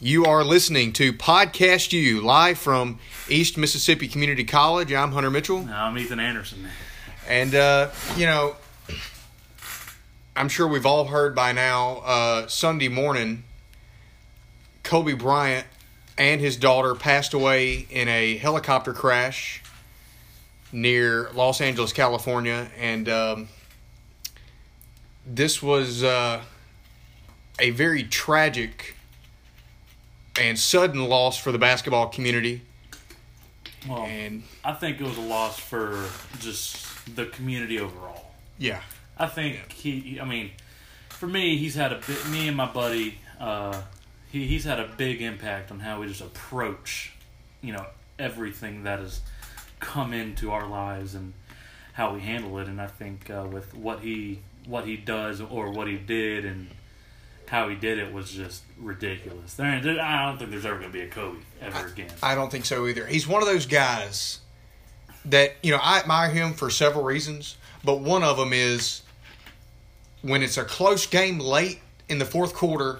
You are listening to Podcast U live from East Mississippi Community College. I'm Hunter Mitchell, I'm Ethan Anderson. and uh, you know, I'm sure we've all heard by now. Uh, Sunday morning, Kobe Bryant and his daughter passed away in a helicopter crash near Los Angeles, California, and um, this was uh, a very tragic and sudden loss for the basketball community. Well, And I think it was a loss for just the community overall. yeah, I think he, he- I mean, for me, he's had a bit, me and my buddy, uh, he, he's had a big impact on how we just approach, you know, everything that has come into our lives and how we handle it. And I think uh, with what he, what he does or what he did and how he did it was just ridiculous. There, ain't- there I don't think there's ever going to be a Kobe ever again. I don't think so either. He's one of those guys that, you know, I admire him for several reasons, but one of them is when it's a close game late in the fourth quarter,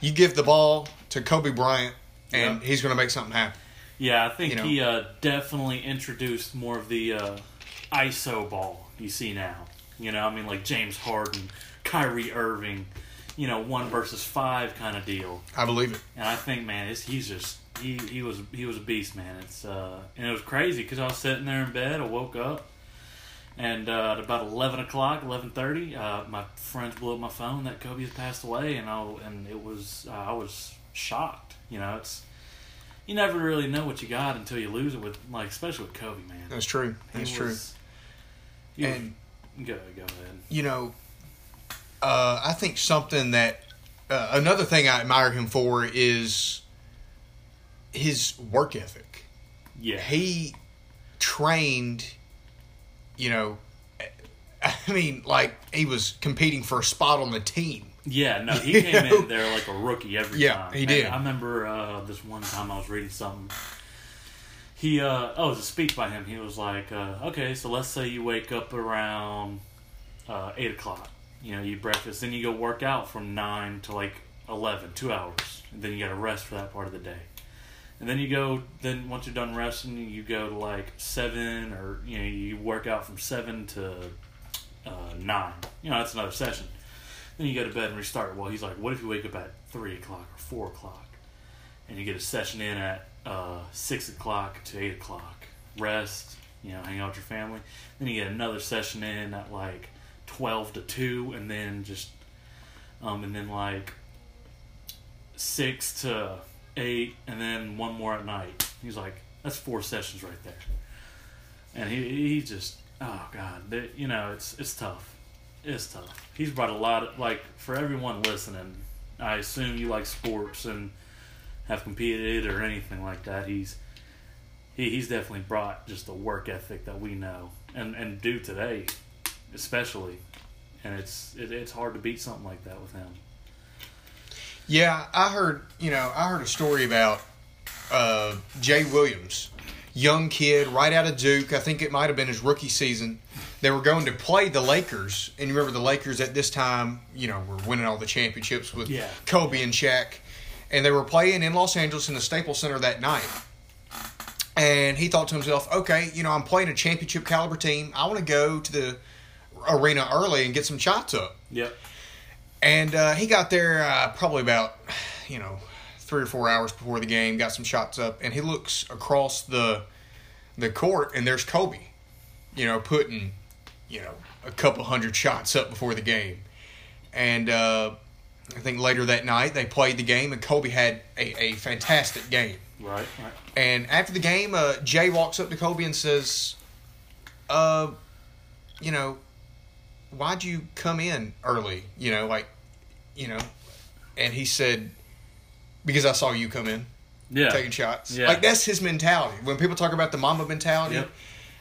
you give the ball to Kobe Bryant and Yeah. he's going to make something happen. Yeah, I think you know. he uh, definitely introduced more of the uh, ISO ball you see now. You know, I mean, like James Harden, Kyrie Irving, you know, one versus five kind of deal. I believe it. And I think, man, it's, he's just he, he was he was a beast, man. It's uh, and it was crazy because I was sitting there in bed. I woke up, and uh, at about eleven o'clock, eleven thirty, uh, my friends blew up my phone that Kobe has passed away, and I and it was uh, I was shocked. You know, it's you never really know what you got until you lose it with like especially with Kobe, man. That's true. He That's true. was- he was- And go go ahead. you know, uh, I think something that uh, another thing I admire him for is his work ethic. Yeah, he trained you know i mean like he was competing for a spot on the team Yeah, no, he You came know? in there like a rookie every Yeah, time. he And did. I remember uh, this one time I was reading something. He, uh, oh, it was a speech by him. He was like, uh, okay, so let's say you wake up around uh, 8 o'clock. You know, you eat breakfast, then you go work out from 9 to like 11, two hours. And then you got to rest for that part of the day. And then you go, then once you're done resting, you go to like 7 or, you know, you work out from 7 to uh, 9. You know, that's another session. Then you go to bed and restart. Well, he's like, what if you wake up at three o'clock or four o'clock, and you get a session in at uh, six o'clock to eight o'clock, rest, you know, hang out with your family. Then you get another session in at like twelve to two, and then just, um, and then like six to eight, and then one more at night. He's like, that's four sessions right there, and he he just, oh god, they, you know, it's it's tough. It's tough. He's brought a lot of like for everyone listening. I assume you like sports and have competed or anything like that. He's he, he's definitely brought just the work ethic that we know and and do today, especially. And it's it, it's hard to beat something like that with him. yeah i heard you know i heard a story about uh, jay williams young kid right out of duke i think it might have been his rookie season they were going to play the lakers and you remember the lakers at this time you know were winning all the championships with Yeah. kobe and Shaq. and they were playing in los angeles in the staples center that night and he thought to himself, okay, you know, I'm playing a championship caliber team. I want to go to the arena early and get some shots up. Yep. And uh, he got there uh, probably about, you know, three or four hours before the game, got some shots up, and he looks across the the court, and there's Kobe, you know, putting, you know, a couple hundred shots up before the game. And uh, I think later that night they played the game, and Kobe had a, a fantastic game. Right. Right. And after the game, uh, Jay walks up to Kobe and says, "Uh, you know, why'd you come in early? You know, like, you know." And he said, "Because I saw you come in Yeah. taking shots. Yeah. Like that's his mentality. When people talk about the mama mentality, Yep.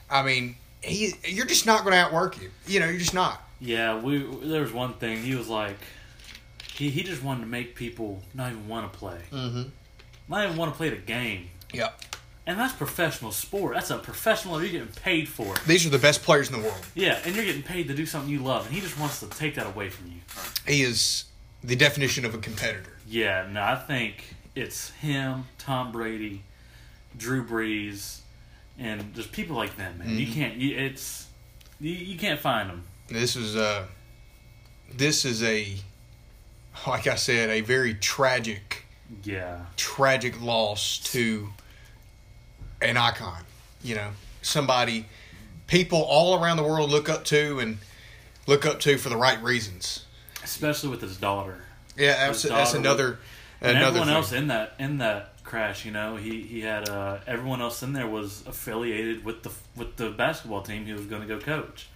I mean, he you're just not going to outwork him. You know, you're just not. Yeah, we there was one thing he was like, he he just wanted to make people not even want to play, Mhm. not even want to play the game, Yeah, and that's professional sport. That's a professional. You're getting paid for it. these are the best players in the world. Yeah, and you're getting paid to do something you love, and he just wants to take that away from you. He is the definition of a competitor. Yeah, no, I think it's him, Tom Brady, Drew Brees, and just people like them. Man, you can't. You, it's you, you can't find them. This is uh this is a like I said, a very tragic Yeah, tragic loss to an icon, you know, somebody people all around the world look up to and look up to for the right reasons. especially with his daughter. Yeah, that's, His that's daughter another and another everyone thing. else in that in that crash, you know, he he had uh, everyone else in there was affiliated with the with the basketball team he was going to go coach,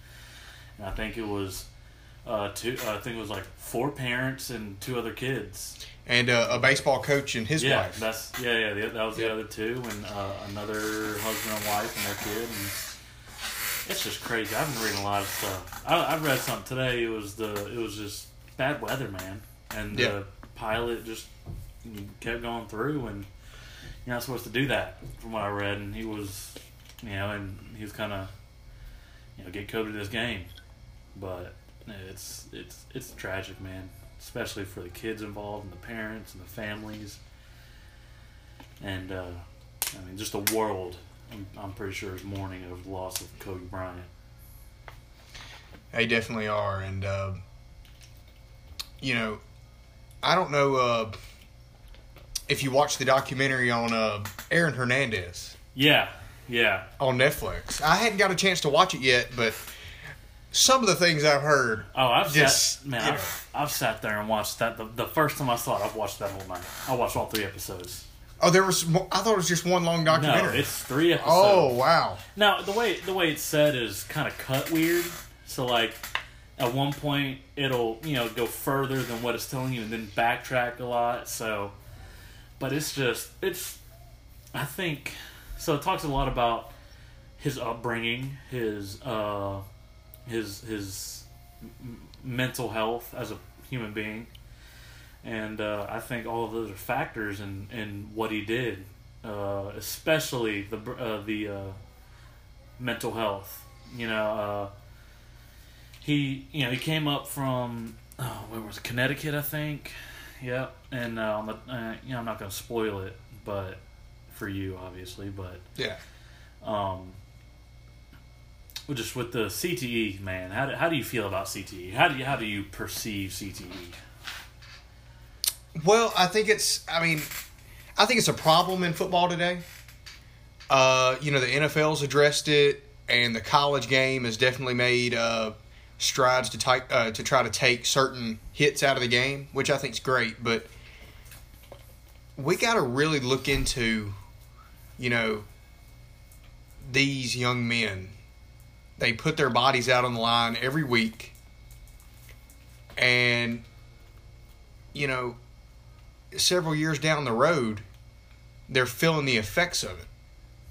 and I think it was uh, two. Uh, I think it was like four parents and two other kids. and uh, a baseball coach and his yeah, wife. that's yeah, yeah. The, that was Yeah. the other two, and uh, another husband and wife and their kid. And it's just crazy. I've been reading a lot of stuff. I, I read something today. It was the it was just bad weather, man, and Yeah. the pilot just kept going through, and you're not supposed to do that, from what I read. And he was, you know, and he was kind of, you know, get COVID this game, but it's it's it's tragic, man. Especially for the kids involved and the parents and the families and uh, I mean, just the world. I'm, I'm pretty sure is mourning over the loss of Kobe Bryant. They definitely are, and uh, you know, I don't know uh, if you watched the documentary on uh, Aaron Hernandez Yeah, yeah, on Netflix. I hadn't got a chance to watch it yet, but some of the things I've heard, Oh, I've Just, sat man, you I've, I've sat there and watched that. The, the first time I saw it, I've watched that whole night. I watched all three episodes. oh, there was. More, I thought it was just one long No, documentary. it's three episodes. oh wow, Now the way the way it's said is kind of cut weird. So like, at one point it'll you know go further than what it's telling you, and then backtrack a lot. So, but it's just it's. I think so. It talks a lot about his upbringing, his uh, his his m- mental health as a human being, and uh, I think all of those are factors in in what he did, uh, especially the br- uh, the. Uh, mental health. You know, uh, he you know he came up from oh, where was it? Connecticut, I think. Yep, and uh, on the uh, you know I'm not gonna spoil it, but for you obviously, but yeah, um, well, just with the CTE, man, how do, how do you feel about CTE? How do you how do you perceive E? CTE? Well, I think it's. I mean, I think it's a problem in football today. Uh, you know, the NFL's addressed it, and the college game has definitely made uh, strides to type, uh, to try to take certain hits out of the game, which I think is great. But we got to really look into, you know, these young men. They put their bodies out on the line every week, and you know, several years down the road, they're feeling the effects of it.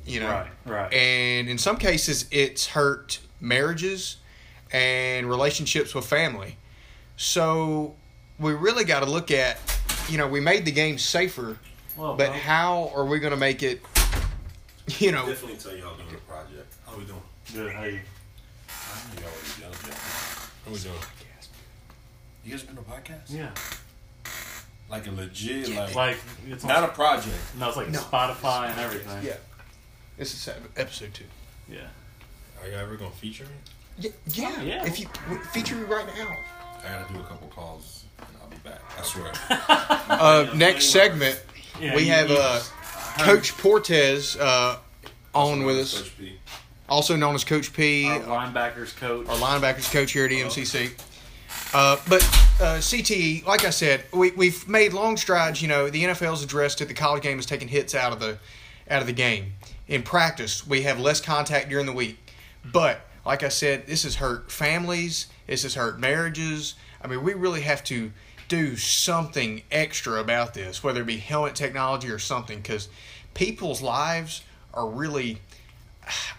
You know, Right, right. And in some cases, it's hurt marriages and relationships with family. So we really got to look at, you know, we made the game safer, Well, but how are we going to make it, you know, Definitely tell y'all doing the project. How we doing? good. How you, I know y'all already done it. How we doing? You guys been to a podcast? yeah, Like a legit, like, like it's on, not a project. no, it's like No. Spotify and everything. yeah. This is episode two. yeah. Are y'all ever gonna feature me? Yeah, yeah. Oh, yeah. If you feature me right now. I gotta do a couple calls and I'll be back. I swear. Uh, next segment, Yeah, we you- have you- uh, Coach Portez uh, on with us, Coach P. also known as Coach P, our our linebackers coach. linebackers coach here at E EMCC. Uh, but uh, CTE, like I said, we, we've made long strides. You know, the NFL's addressed it. The college game has taken hits out of the out of the game. In practice, we have less contact during the week. But like I said, this has hurt families. This has hurt marriages. I mean, we really have to do something extra about this, whether it be helmet technology or something, because people's lives are really.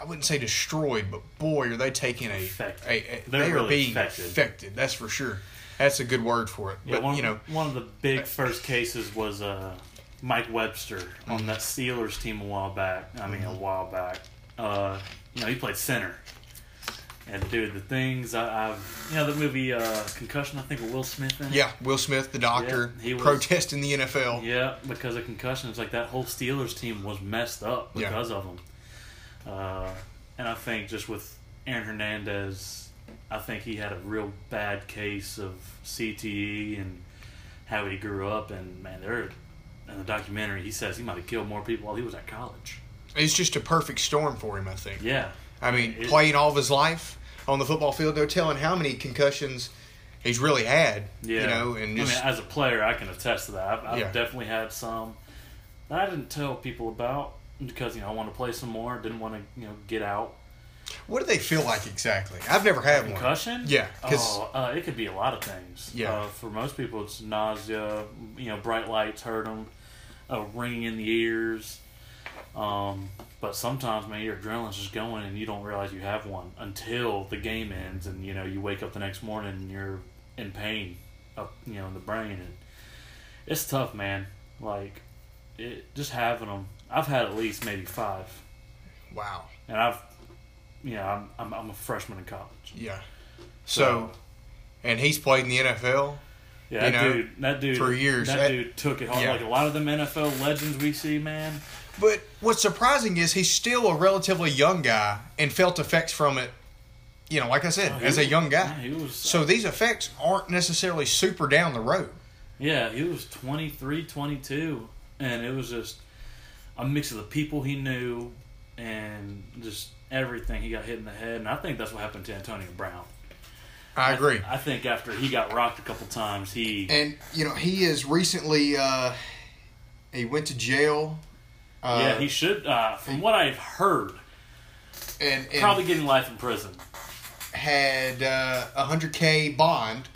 I wouldn't say destroyed, but boy, are they taking a, Affected. a, a They're they are really being affected. affected. That's for sure. That's a good word for it. Yeah, but one, you know, uh, one of the big first cases was uh, Mike Webster Mm-hmm. on that Steelers team a while back. I mean, a while back. Uh, you know, he played center, And dude, the things I, I've you know the movie uh, Concussion, I think with Will Smith in it. Yeah, Will Smith, the doctor, Yeah, he was- protesting the NFL. Yeah, because of concussions, like that whole Steelers team was messed up Yeah. because of them. Uh, and I think just with Aaron Hernandez, I think he had a real bad case of CTE and how he grew up. And man, there in the documentary, he says he might have killed more people while he was at college. It's just a perfect storm for him, I think. Yeah, I mean, It- playing all of his life on the football field, no telling how many concussions he's really had. yeah. You know, and just I mean, as a player, I can attest to that. I've, I've Yeah. definitely had some that I didn't tell people about because you know I want to play some more, didn't want to you know get out. what do they feel like exactly? I've never had one. Concussion? Yeah, 'cause- Oh, uh, it could be a lot of things. Yeah. Uh, for most people, it's nausea. You know, bright lights hurt them. A ringing in the ears. Um, but sometimes, man, your adrenaline's just going, and you don't realize you have one until the game ends, and you know you wake up the next morning and you're in pain, up you know in the brain, and it's tough, man. Like, it just having them. I've had at least maybe five, Wow. and I've, you know, I'm I'm, I'm a freshman in college. Yeah. So, and he's played in the NFL. Yeah, you that know, dude, that dude, for years. that, That- dude took it hard. yeah. Like a lot of them NFL legends we see, man. But what's surprising is he's still a relatively young guy and felt effects from it, you know, like I said, Oh, he as a was- young yeah, guy. he was. So these effects aren't necessarily super down the road. yeah, he was 23, 22, and it was just a mix of the people he knew and just everything. He got hit in the head, and I think that's what happened to Antonio Brown. I agree. I think after he got rocked a couple times, he And, you know, he is recently, uh, he went to jail. Uh, yeah he should. Uh, from what I've heard, and, and probably getting life in prison. had uh, a 100K bond.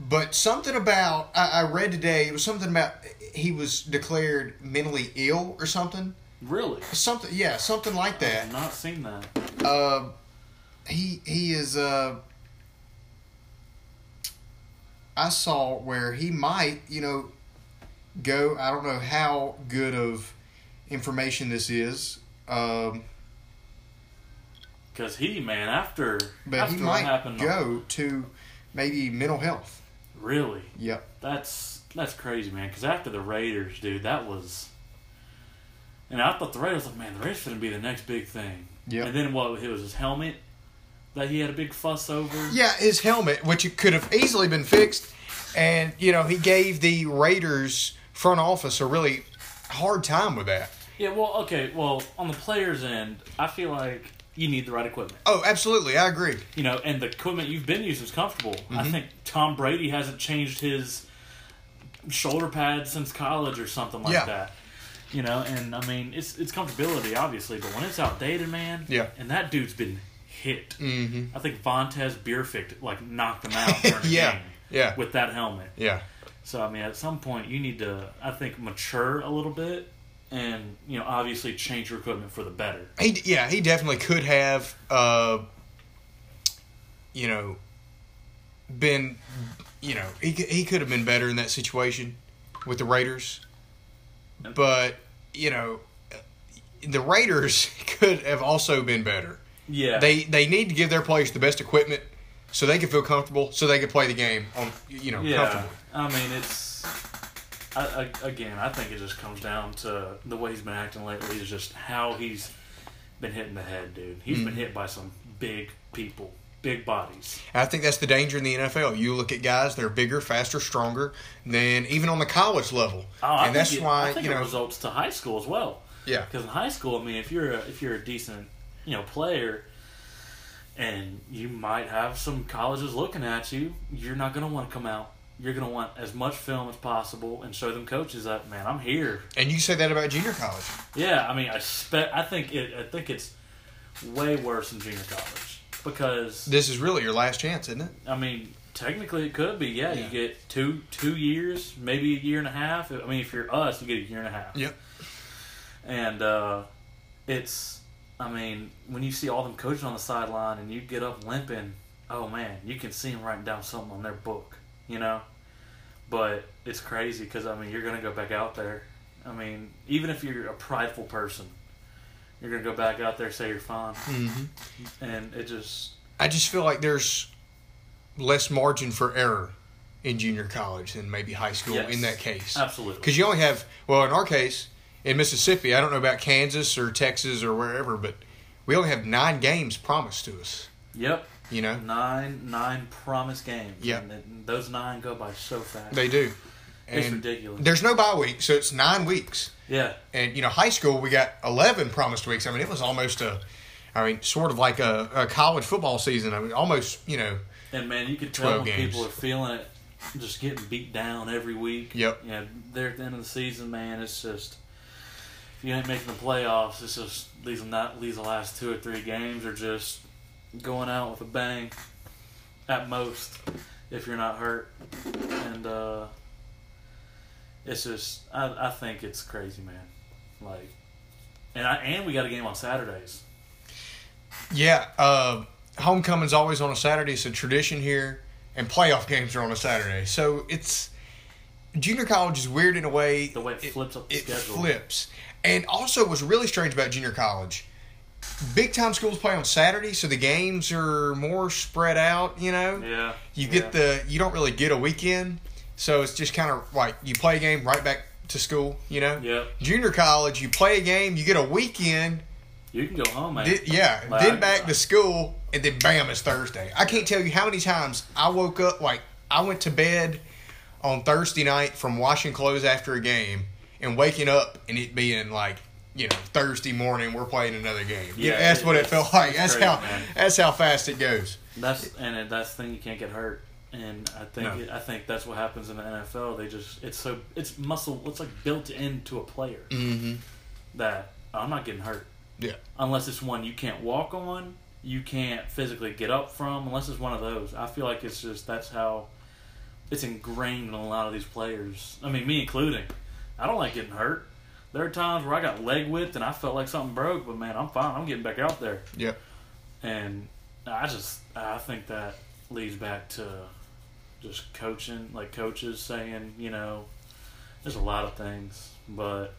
But something about, I, I read today, it was something about he was declared mentally ill or something. Really, Something, yeah, something like that. I've not seen that. uh, he he is uh I saw where he might, you know, go I don't know how good of information this is. Um Because he, man, after but after he what might happened, go to maybe mental health. really. Yep. That's that's crazy, man. Because after the Raiders, dude, that was. And I thought the Raiders, like, man, the Raiders gonna be the next big thing. Yep. And then what? It was his helmet that he had a big fuss over. Yeah, his helmet, which it could have easily been fixed, and you know, he gave the Raiders front office a really hard time with that. Yeah. Well, okay. Well, on the players' end, I feel like you need the right equipment. Oh, absolutely, I agree. You know, and the equipment you've been using is comfortable. Mm-hmm. I think Tom Brady hasn't changed his shoulder pads since college or something like Yeah. that. You know, and I mean, it's it's comfortability, obviously, but when it's outdated, man. Yeah. Mm-hmm. And that dude's been hit. I think Vontez Bierficht like knocked him out during the Yeah, game. yeah. With that helmet. Yeah. So I mean, at some point, you need to, I think, mature a little bit, and you know, obviously, change your equipment for the better. He yeah, he definitely could have, uh, you know, been, you know, he c- he could have been better in that situation with the Raiders, but you know, the Raiders could have also been better. Yeah. They they need to give their players the best equipment so they can feel comfortable, so they can play the game on you know Yeah, comfortably. I mean it's. I, I, again, I think it just comes down to the way he's been acting lately. Is just how he's been hitting the head, dude. He's Hmm. been hit by some big people, big bodies. I think that's the danger in the NFL. You look at guys; they're bigger, faster, stronger than even on the college level, Oh, I and that's think it, why I think you it know. results to high school as well. Yeah. Because in high school, I mean, if you're a, if you're a decent, you know, player, and you might have some colleges looking at you, you're not gonna want to come out. You're gonna want as much film as possible and show them coaches that man, I'm here. And you can say that about junior college. Yeah, I mean, I spe- I think it. I think it's way worse than junior college because This is really your last chance, isn't it? I mean, technically it could be. Yeah, Yeah. you get two two years, maybe a year and a half. I mean, if you're us, you get a year and a half. Yep. And uh, it's, I mean, when you see all them coaches on the sideline and you get up limping, oh man, you can see them writing down something on their book, you know. But it's crazy because I mean, you're gonna go back out there. I mean, even if you're a prideful person, You're gonna go back out there, say you're fine, hmm and it just I just feel like there's less margin for error in junior college than maybe high school Yes. in that case. absolutely. Because you only have, well, in our case, in Mississippi, I don't know about Kansas or Texas or wherever, but we only have nine games promised to us, Yep, you know? nine nine promised games. Yeah. and then those nine go by so fast. They do. it's And ridiculous. there's no bye week, so it's nine weeks. Yeah, And, you know, high school, we got 11 promised weeks. I mean, it was almost a, I mean, sort of like a, a college football season. I mean, almost, you know, and man, you could tell 12 when games. people are feeling it, just getting beat down every week. Yep. You know, they're at the end of the season, man. It's just if you ain't making the playoffs, it's just these not these last two or three games are just going out with a bang, at most, if you're not hurt, and uh, it's just I I think it's crazy, man. Like, and I and we got a game on Saturdays. Yeah, uh, homecoming's always on a Saturday. It's a tradition here, and playoff games are on a Saturday. So it's junior college is weird in a way. The way it flips up the it schedule. flips, and also what's really strange about junior college, big time schools play on Saturday, so the games are more spread out. You know, Yeah. you get the you don't really get a weekend, so it's just kind of like you play a game right back to school. You know, Yep. junior college you play a game, you get a weekend. You can go home, man. Did, yeah, Like, I- then back to school, and then bam, it's Thursday. I can't tell you how many times I woke up like I went to bed on Thursday night from washing clothes after a game, and waking up and it being like you know Thursday morning we're playing another game. Yeah, Yeah, that's it- what it it's- felt like. it's That's crazy, how man. that's how fast it goes. That's and it- that's the thing you can't get hurt. And I think No. it- I think that's what happens in the NFL. They just it's so it's muscle. It's like built into a player Mm-hmm. that I'm not getting hurt Yeah, unless it's one you can't walk on, you can't physically get up from. Unless it's one of those, I feel like it's just that's how it's ingrained in a lot of these players. I mean, me including. I don't like getting hurt. There are times where I got leg whipped and I felt like something broke, but man, I'm fine. I'm getting back out there. yeah. And I just I think that leads back to just coaching, like coaches saying, you know, there's a lot of things, but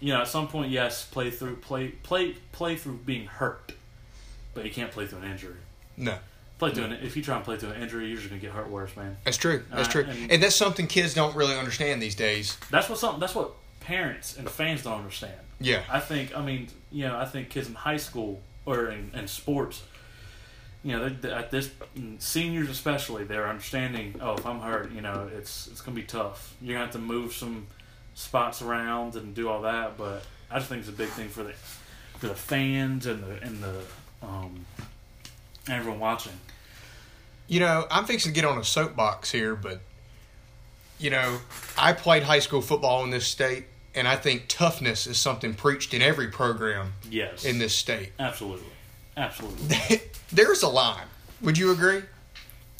you know, at some point, yes, play through play play play through being hurt, but you can't play through an injury. No, Play through an, if you try and play through an injury, you're just gonna get hurt worse, man. that's true. That's Uh, true, and- and that's something kids don't really understand these days. That's what some that's what parents and fans don't understand. Yeah, I think, I mean, you know, I think kids in high school or in, in sports, you know, they- they- at this seniors especially, they're understanding. Oh, if I'm hurt, you know, it's it's gonna be tough. You're gonna have to move some spots around and do all that. But I just think it's a big thing for the for the fans and the and the um, everyone watching. You know, I'm fixing to get on a soapbox here, but you know, I played high school football in this state, and I think toughness is something preached in every program Yes, in this state. absolutely, absolutely. There's a line. Would you agree?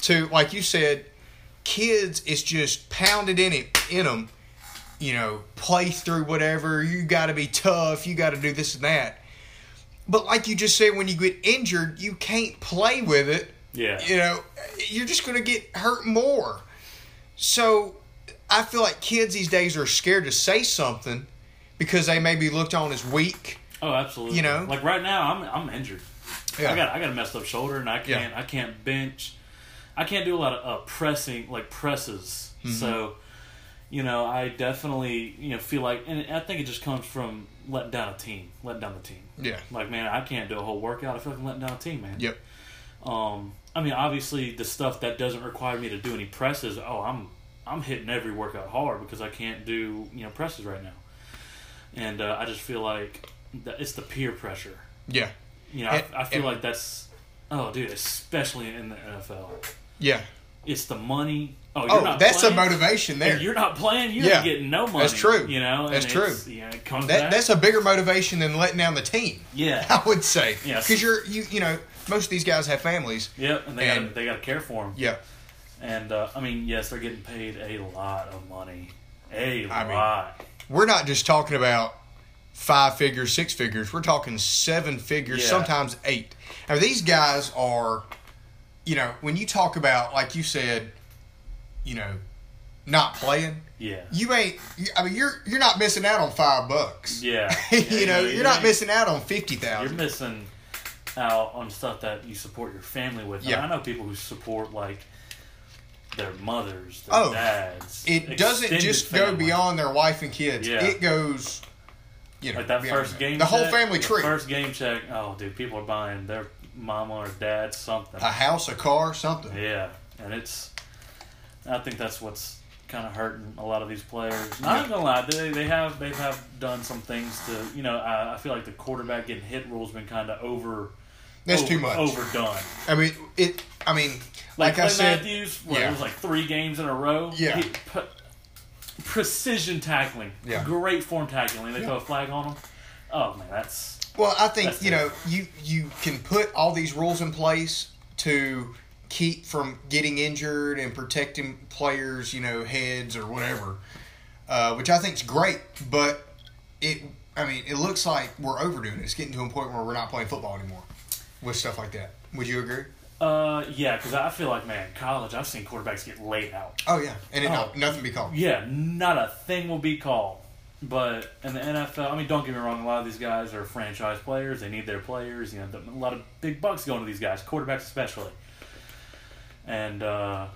To like you said, kids is just pounded in it in them. You know, play through whatever. You got to be tough. You got to do this and that. But like you just said, when you get injured, you can't play with it Yeah, you know, you're just going to get hurt more. So I feel like kids these days are scared to say something because they may be looked on as weak. Oh, absolutely. You know? like right now, I'm I'm injured. Yeah. I got I got a messed up shoulder, and I can't I can't bench. I can't do a lot of uh, pressing like presses. So, you know, I definitely you know feel like, and I think it just comes from letting down a team, letting down the team. Yeah. Like man, I can't do a whole workout. I feel like I'm letting down a team, man. Yep. Um, I mean, obviously, the stuff that doesn't require me to do any presses. Oh, I'm I'm hitting every workout hard because I can't do you know presses right now, and uh, I just feel like that it's the peer pressure. Yeah. You know, I, And- I feel and- like that's oh, dude, especially in the NFL, Yeah. it's the money. Oh, you're Oh, not that's playing, a motivation there. If you're not playing, you're Yeah. getting no money. That's true. You know, and That's true. it's- Yeah, it comes That, back. that's a bigger motivation than letting down the team. yeah, I would say. Yes. Because you're you you know most of these guys have families. yep, and they got And- they got to care for them. Yeah. And uh, I mean, yes, they're getting paid a lot of money, a I mean- lot. We're not just talking about five figures, six figures. We're talking seven figures, Yeah. sometimes eight. I mean, these guys are, you know, when you talk about, like you said, you know, not playing, Yeah. you ain't. I mean, you're you're not missing out on five bucks. Yeah. you know, you're not missing. missing out on fifty You're thousand. missing out on stuff that you support your family with. And Yeah. I know people who support like their mothers, their Oh, dads. It doesn't extended just go family. beyond their wife and kids. Yeah. It goes, you know, like that beyond first that. game. The whole check- family the tree: First game check. Oh, dude, people are buying their mama or dad something. a house, a car, something. yeah, and it's. I think that's what's kind of hurting a lot of these players. Not gonna lie, they they have they have done some things to you know. I, I feel like the quarterback getting hit rule's been kind of over. That's over- too much. Overdone. I mean, it. I mean, like, Like, I Clay said, Matthews, where it yeah. was like three games in a row. Yeah. He put precision tackling. Yeah. Great form tackling. They Yeah. throw a flag on him. Oh man, that's Well, I think That's you it. know you you can put all these rules in place to keep from getting injured and protecting players, you know, heads or whatever, uh, which I think is great. But it, I mean, it looks like we're overdoing it. It's getting to a point where we're not playing football anymore with stuff like that. Would you agree? uh yeah, because I feel like man, college. I've seen quarterbacks get laid out. Oh yeah, and it not, Oh. nothing be called. Yeah, not a thing will be called. But in the NFL, I mean, don't get me wrong. A lot of these guys are franchise players. They need their players. You know, a lot of big bucks going to these guys, quarterbacks especially. And uh,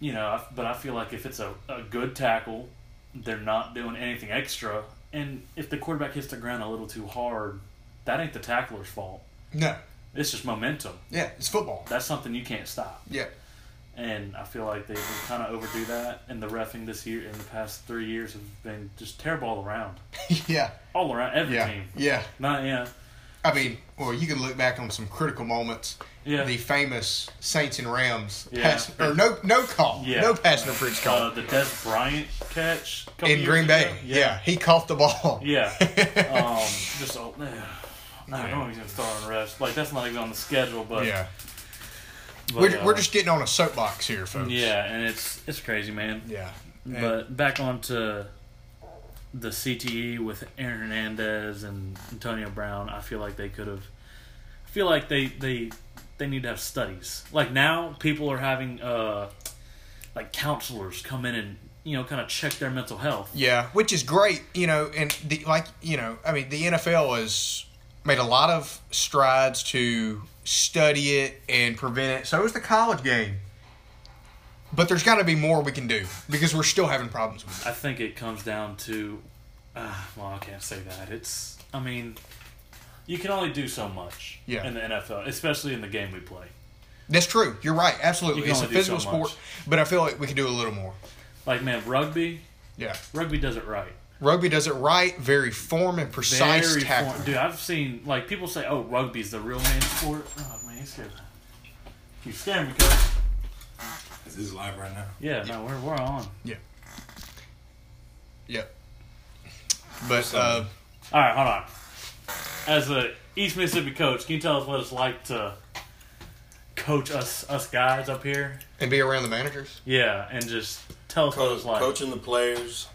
you know, I- but I feel like if it's a, a good tackle, they're not doing anything extra. And if the quarterback hits the ground a little too hard, that ain't the tackler's fault. No, It's just momentum. yeah, it's football. That's something you can't stop Yeah, and I feel like they kind of overdo that. And the refing this year, in the past three years, have been just terrible all around, yeah, all around every yeah, team. yeah. Not yeah, I mean, well, you can look back on some critical moments. yeah. the famous Saints and Rams Yeah. pass or no no call, Yeah. no pass interference call uh, the Des Bryant catch a couple in years Green ago. Bay. Yeah. he caught the ball. yeah. um, just all, yeah. I don't know he's gonna start on refs. Like that's not even on the schedule, but yeah. but, We're, uh, we're just getting on a soapbox here, folks. yeah, and it's it's crazy, man. yeah. And- But back onto the CTE with Aaron Hernandez and Antonio Brown, I feel like they could have. I feel like they they they need to have studies. Like now, people are having uh, like counselors come in and you know kind of check their mental health. yeah, which is great, you know, and the, like you know, I mean, the NFL has made a lot of strides to study it and prevent it. So is the college game. But there's got to be more we can do because we're still having problems with it. I think it comes down to, uh, well, I can't say that. It's I mean, you can only do so much Yeah. in the NFL, especially in the game we play. That's true. You're right. Absolutely. You can It's a only do so physical sport, much. but I feel like we can do a little more. Like man, rugby, Yeah. rugby does it right. Rugby does it right, very form and precise very tackling. form- Dude, I've seen like people say, "Oh, rugby's the real man sport." Oh man, you scared. You scared me, cuz. Is this live right now? Yeah, no, we're we're on. Yep. But uh, All right, hold on. As a East Mississippi coach, can you tell us what it's like to coach us us guys up here? and be around the managers. Yeah, and just tell us what it's like. coaching the players.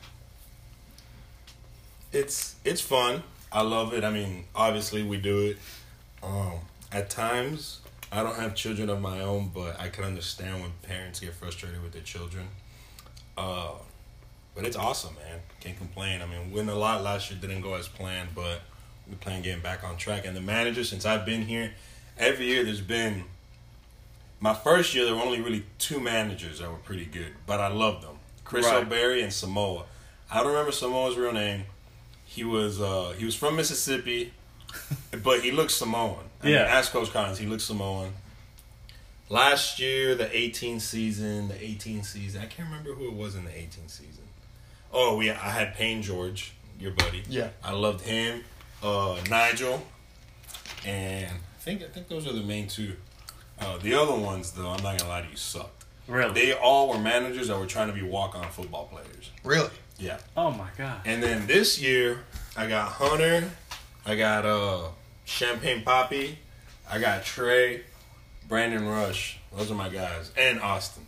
It's it's fun. I love it. I mean, obviously we do it. Um, at times, I don't have children of my own, but I can understand when parents get frustrated with their children. Uh, but it's awesome, man. Can't complain. I mean, winning a lot last year didn't go as planned, but we plan getting back on track. And the manager, since I've been here, every year there's been. My first year, there were only really two managers that were pretty good, but I loved them: Chris Right. O'Berry and Samoa. I don't remember Samoa's real name. He was uh, he was from Mississippi, but he looked Samoan. I mean, Yeah. ask Coach Collins. He looked Samoan. Last year, the 18 season, the 18 season. I can't remember who it was in the 18 season. Oh, we I had Payne George, your buddy. Yeah. I loved him. Uh, Nigel, and I think I think those are the main two. Uh, the other ones, though, I'm not gonna lie to you, sucked. really? They all were managers that were trying to be walk-on football players. Really? Yeah. oh my god. And then this year, I got Hunter, I got uh Champagne Poppy, I got Trey, Brandon Rush. Those are my guys, and Austin.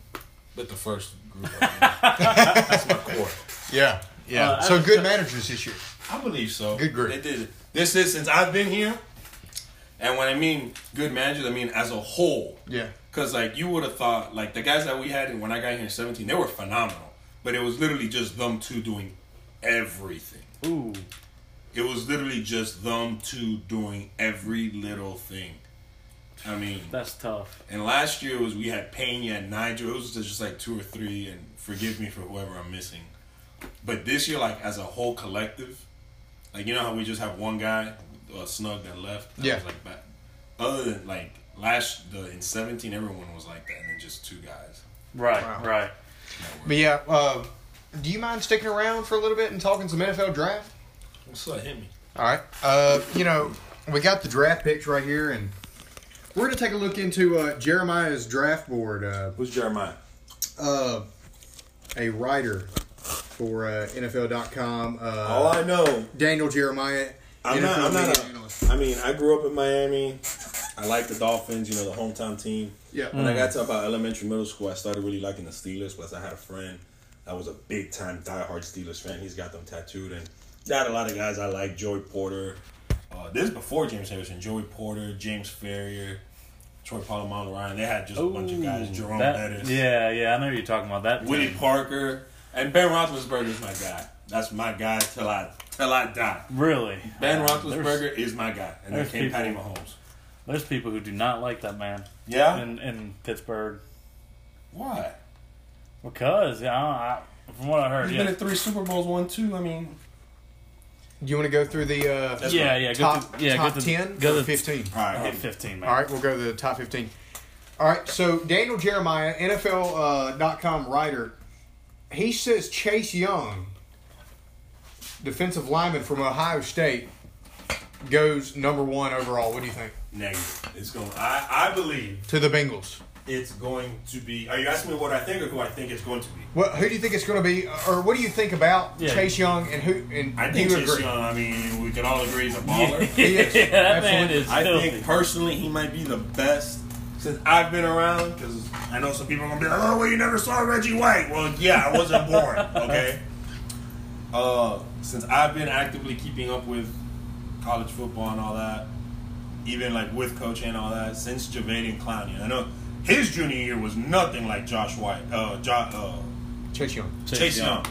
But the first group, that's my core. Yeah. Yeah. Uh, I so was good gonna- managers this year. I believe so. Good group. They did it. This is since I've been here, and when I mean good managers, I mean as a whole. Yeah. Cause like you would have thought, like the guys that we had when I got here in seventeen, they were phenomenal. But it was literally just them two doing everything. Ooh. It was literally just them two doing every little thing. I mean, That's tough. and last year was we had Pena and Nigel. It was just just like two or three, and forgive me for whoever I'm missing. But this year, like as a whole collective, like you know how we just have one guy, uh, Snug, that left. That Yeah. Was like back. Other than like last the in 17, everyone was like that, and then just two guys. Right, Wow. right. But yeah, uh, do you mind sticking around for a little bit and talking some NFL draft? What's up? Hit me. All right. Uh, you know, we got the draft picks right here, and we're gonna take a look into uh, Jeremiah's draft board. Uh, Who's Jeremiah? uh, a writer for uh, NFL.com. Uh, All I know, Daniel Jeremiah. I'm not. NFL I'm not. media analyst. A, I mean, I grew up in Miami. I like the Dolphins. You know, the hometown team. Yeah. When Mm. I got to about elementary, middle school, I started really liking the Steelers. Plus, I had a friend that was a big time diehard Steelers fan. He's got them tattooed, and I had a lot of guys I like. Joey Porter. Uh, this is before James Harrison. Joey Porter, James Ferrier, Troy Polamalu, Ryan. They had just a bunch of guys. Ooh, Jerome that- Bettis, Yeah, yeah, I know you're talking about that. Willie team. Parker, and Ben Roethlisberger is my guy. That's my guy till I till I die. Really? Ben Uh, There's, Roethlisberger is my guy, and then there's came Patty people- Mahomes. there's people who do not like that man Yeah. in, in Pittsburgh Why? because yeah, I, I, from what I heard, He's yeah, been at three Super Bowls, one, two. I mean, Do you want to go through the uh, That's yeah, fine. yeah, go top, to- yeah, go top to- 10 go or to 15? all right. uh, hit me. fifteen, man. All right, we'll go to the top 15. All right, so Daniel Jeremiah, NFL.com uh, dot com writer, he says Chase Young, defensive lineman from Ohio State, goes number one overall. What do you think? Negative. It's going. I I believe To the Bengals. it's going to be. Are you asking me what I think or who I think it's going to be? What, who do you think it's going to be, or what do you think about Yeah. Chase Young and who? And I do think you Chase agree? Young. I mean, we can all agree he's a baller. He is. yeah, that man Absolutely. is I filthy. think personally he might be the best since I've been around. Because I know some people are gonna be like, "Oh, well, you never saw Reggie White." Well, yeah, I wasn't born. Okay. Uh, since I've been actively keeping up with college football and all that, even like with coaching and all that, since Javade and Clowney, I know his junior year was nothing like Josh White. Uh, jo- uh, Chase Young. Chase, Young.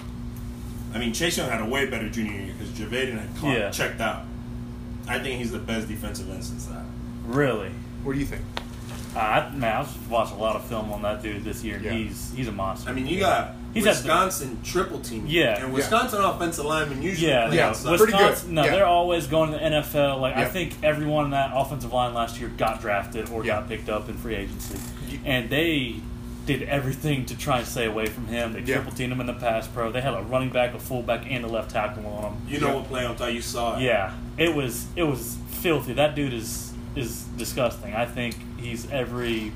I mean, Chase Young had a way better junior year because Javade and Clowney Yeah. checked out. I think he's the best defensive end since that. Really? What do you think? Uh, I, man, I've watched a lot of film on that dude this year. Yeah. He's he's a monster. I mean, you got He's at the- Wisconsin triple team. Yeah. and Wisconsin offensive linemen usually yeah, play Yeah, outside. pretty good. Wisconsin- No, Yeah. they're always going to the NFL. Like I Yeah. think everyone in that offensive line last year got drafted or Yeah. got picked up in free agency, and they did everything to try and stay away from him. They Yeah. triple teamed him in the pass pro. They had a running back, a fullback, and a left tackle on him. You know what play I'm talking? You saw it. Yeah, it was it was filthy. That dude is is disgusting. I think he's every.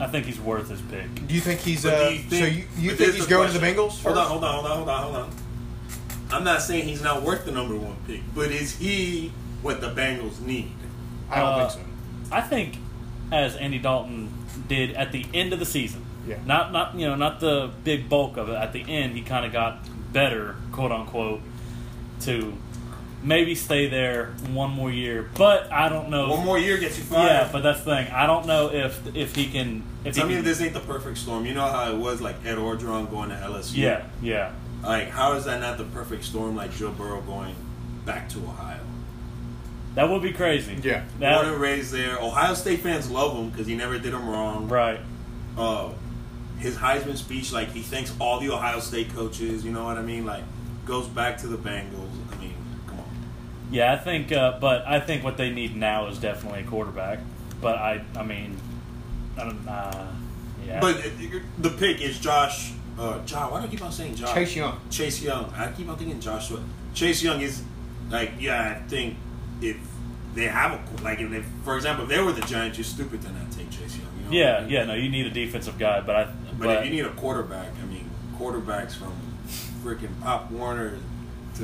I think he's worth his pick. Do you think he's? But Uh, do you so you, think- you but think here's he's the going to the question. Bengals? Hold first? on, hold on, hold on, hold on, hold on. I'm not saying he's not worth the number one pick, but is he what the Bengals need? I don't Uh, think so. I think, as Andy Dalton did at the end of the season, Yeah. not not you know not the big bulk of it. At the end, he kind of got better, quote unquote, to maybe stay there one more year. But I don't know. One more year gets you fired. yeah, but that's the thing. I don't know if if he can. If he I mean, can- this ain't the perfect storm. You know how it was like Ed Ordron going to LSU. Yeah, yeah, Like, how is that not the perfect storm? Like Joe Burrow going back to Ohio. that would be crazy. Yeah. that, Born and raised there. Ohio State fans love him because he never did them wrong. right. Uh, his Heisman speech, like he thanks all the Ohio State coaches. You know what I mean? Like goes back to the Bengals. I mean, come on. Yeah, I think, uh, but I think what they need now is definitely a quarterback. But I, I mean, I don't, uh, yeah. But uh, the pick is Josh. Uh, Josh. Why do I keep on saying Josh? Chase Young. Chase Young. I keep on thinking Joshua. Chase Young is like yeah. I think if they have a like if they, for example if they were the Giants, you're stupid to not take Chase Young. You know what yeah, I mean? yeah, no, you need a defensive guy, but I, but, But, if you need a quarterback, I mean, quarterbacks from freaking Pop Warner to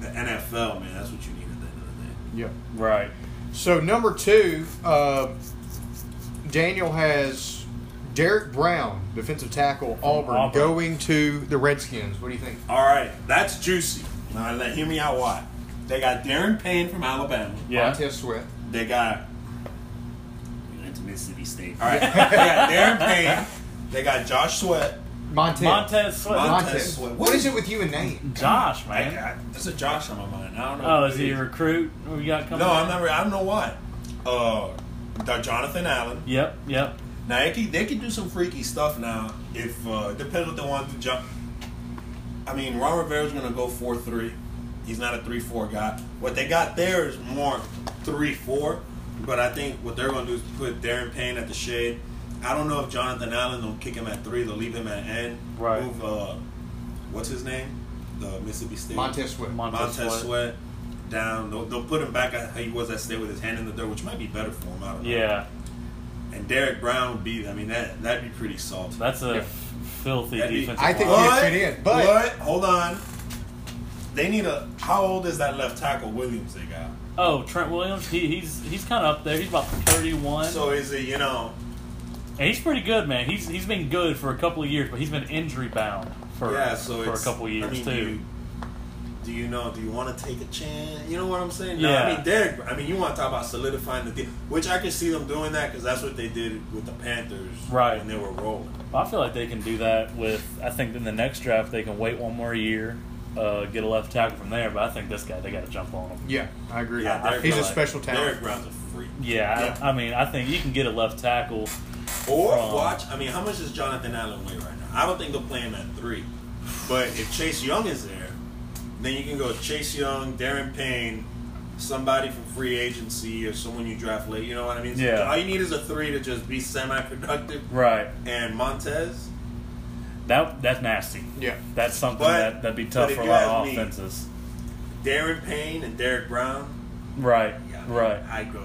the NFL, man, that's what you need at the end of the day. Yeah. right, So number two, uh, Daniel has Derek Brown, defensive tackle, Auburn, Auburn. going to the Redskins. What do you think? All right, that's juicy. Now, let, hear me out why. They got Darren Payne from Alabama. yeah, Montez Sweat. They got. That's Mississippi State. All right. they got Darren Payne. They got Josh Sweat. Montez. Montez Sweat. Montez. Montez Sweat. What is it with you and Nate? Josh, I, man. I, there's a Josh on my mind. I don't know. Oh, is he a recruit? We got coming. No, I'm not. re- I don't know why. Uh, Dr. Jonathan Allen. Yep, yep. Now they can, they can do some freaky stuff now. If uh, depends what they want to jump. I mean, Ron Rivera's gonna go four three. He's not a three four guy. What they got there is more three four. But I think what they're gonna do is put Darren Payne at the shade. I don't know if Jonathan Allen will kick him at three. They'll leave him at end. Right. Move. Uh, what's his name? The Mississippi State. Montez Sweat. Montez, Montez Sweat. Sweat. down. They'll, they'll put him back at how he was at state with his hand in the dirt, which might be better for him. I don't know. Yeah, And Derek Brown would be. I mean, that that'd be pretty salty. that's a Yeah. filthy That'd be- defensive I think- line. he'd fit in, but- hold on. They need a. How old is that left tackle Williams they got? Oh, Trent Williams, he, he's he's kind of up there. He's about 31. So is it you know? and he's pretty good, man. He's he's been good for a couple of years, but he's been injury bound for yeah. So for a it's, couple of years I mean, Do too. you, do you know? Do you want to take a chance? You know what I'm saying? No, I Yeah. mean Derek. I mean you want to talk about solidifying the deal, which I can see them doing that because that's what they did with the Panthers Right. when they were rolling. I feel like they can do that with. I think in the next draft they can wait one more year, uh, get a left tackle from there. But I think this guy they got to jump on him. Yeah, I agree. Yeah, Derek He's a Brown- special Derek talent. Brown's a freak. Yeah, I, I mean I think you can get a left tackle. Or from- watch. I mean, how much does Jonathan Allen weigh right now? I don't think they'll play him at three. But if Chase Young is there, then you can go Chase Young, Darren Payne, somebody from free agency or someone you draft late. You know what I mean? So Yeah. all you need is a three to just be semi-productive. Right. And Montez. That that's nasty. Yeah. That's something But- that that'd be but tough if for a you lot of ask me- offenses. Darren Payne and Derek Brown. Right. Yeah, Right. I go.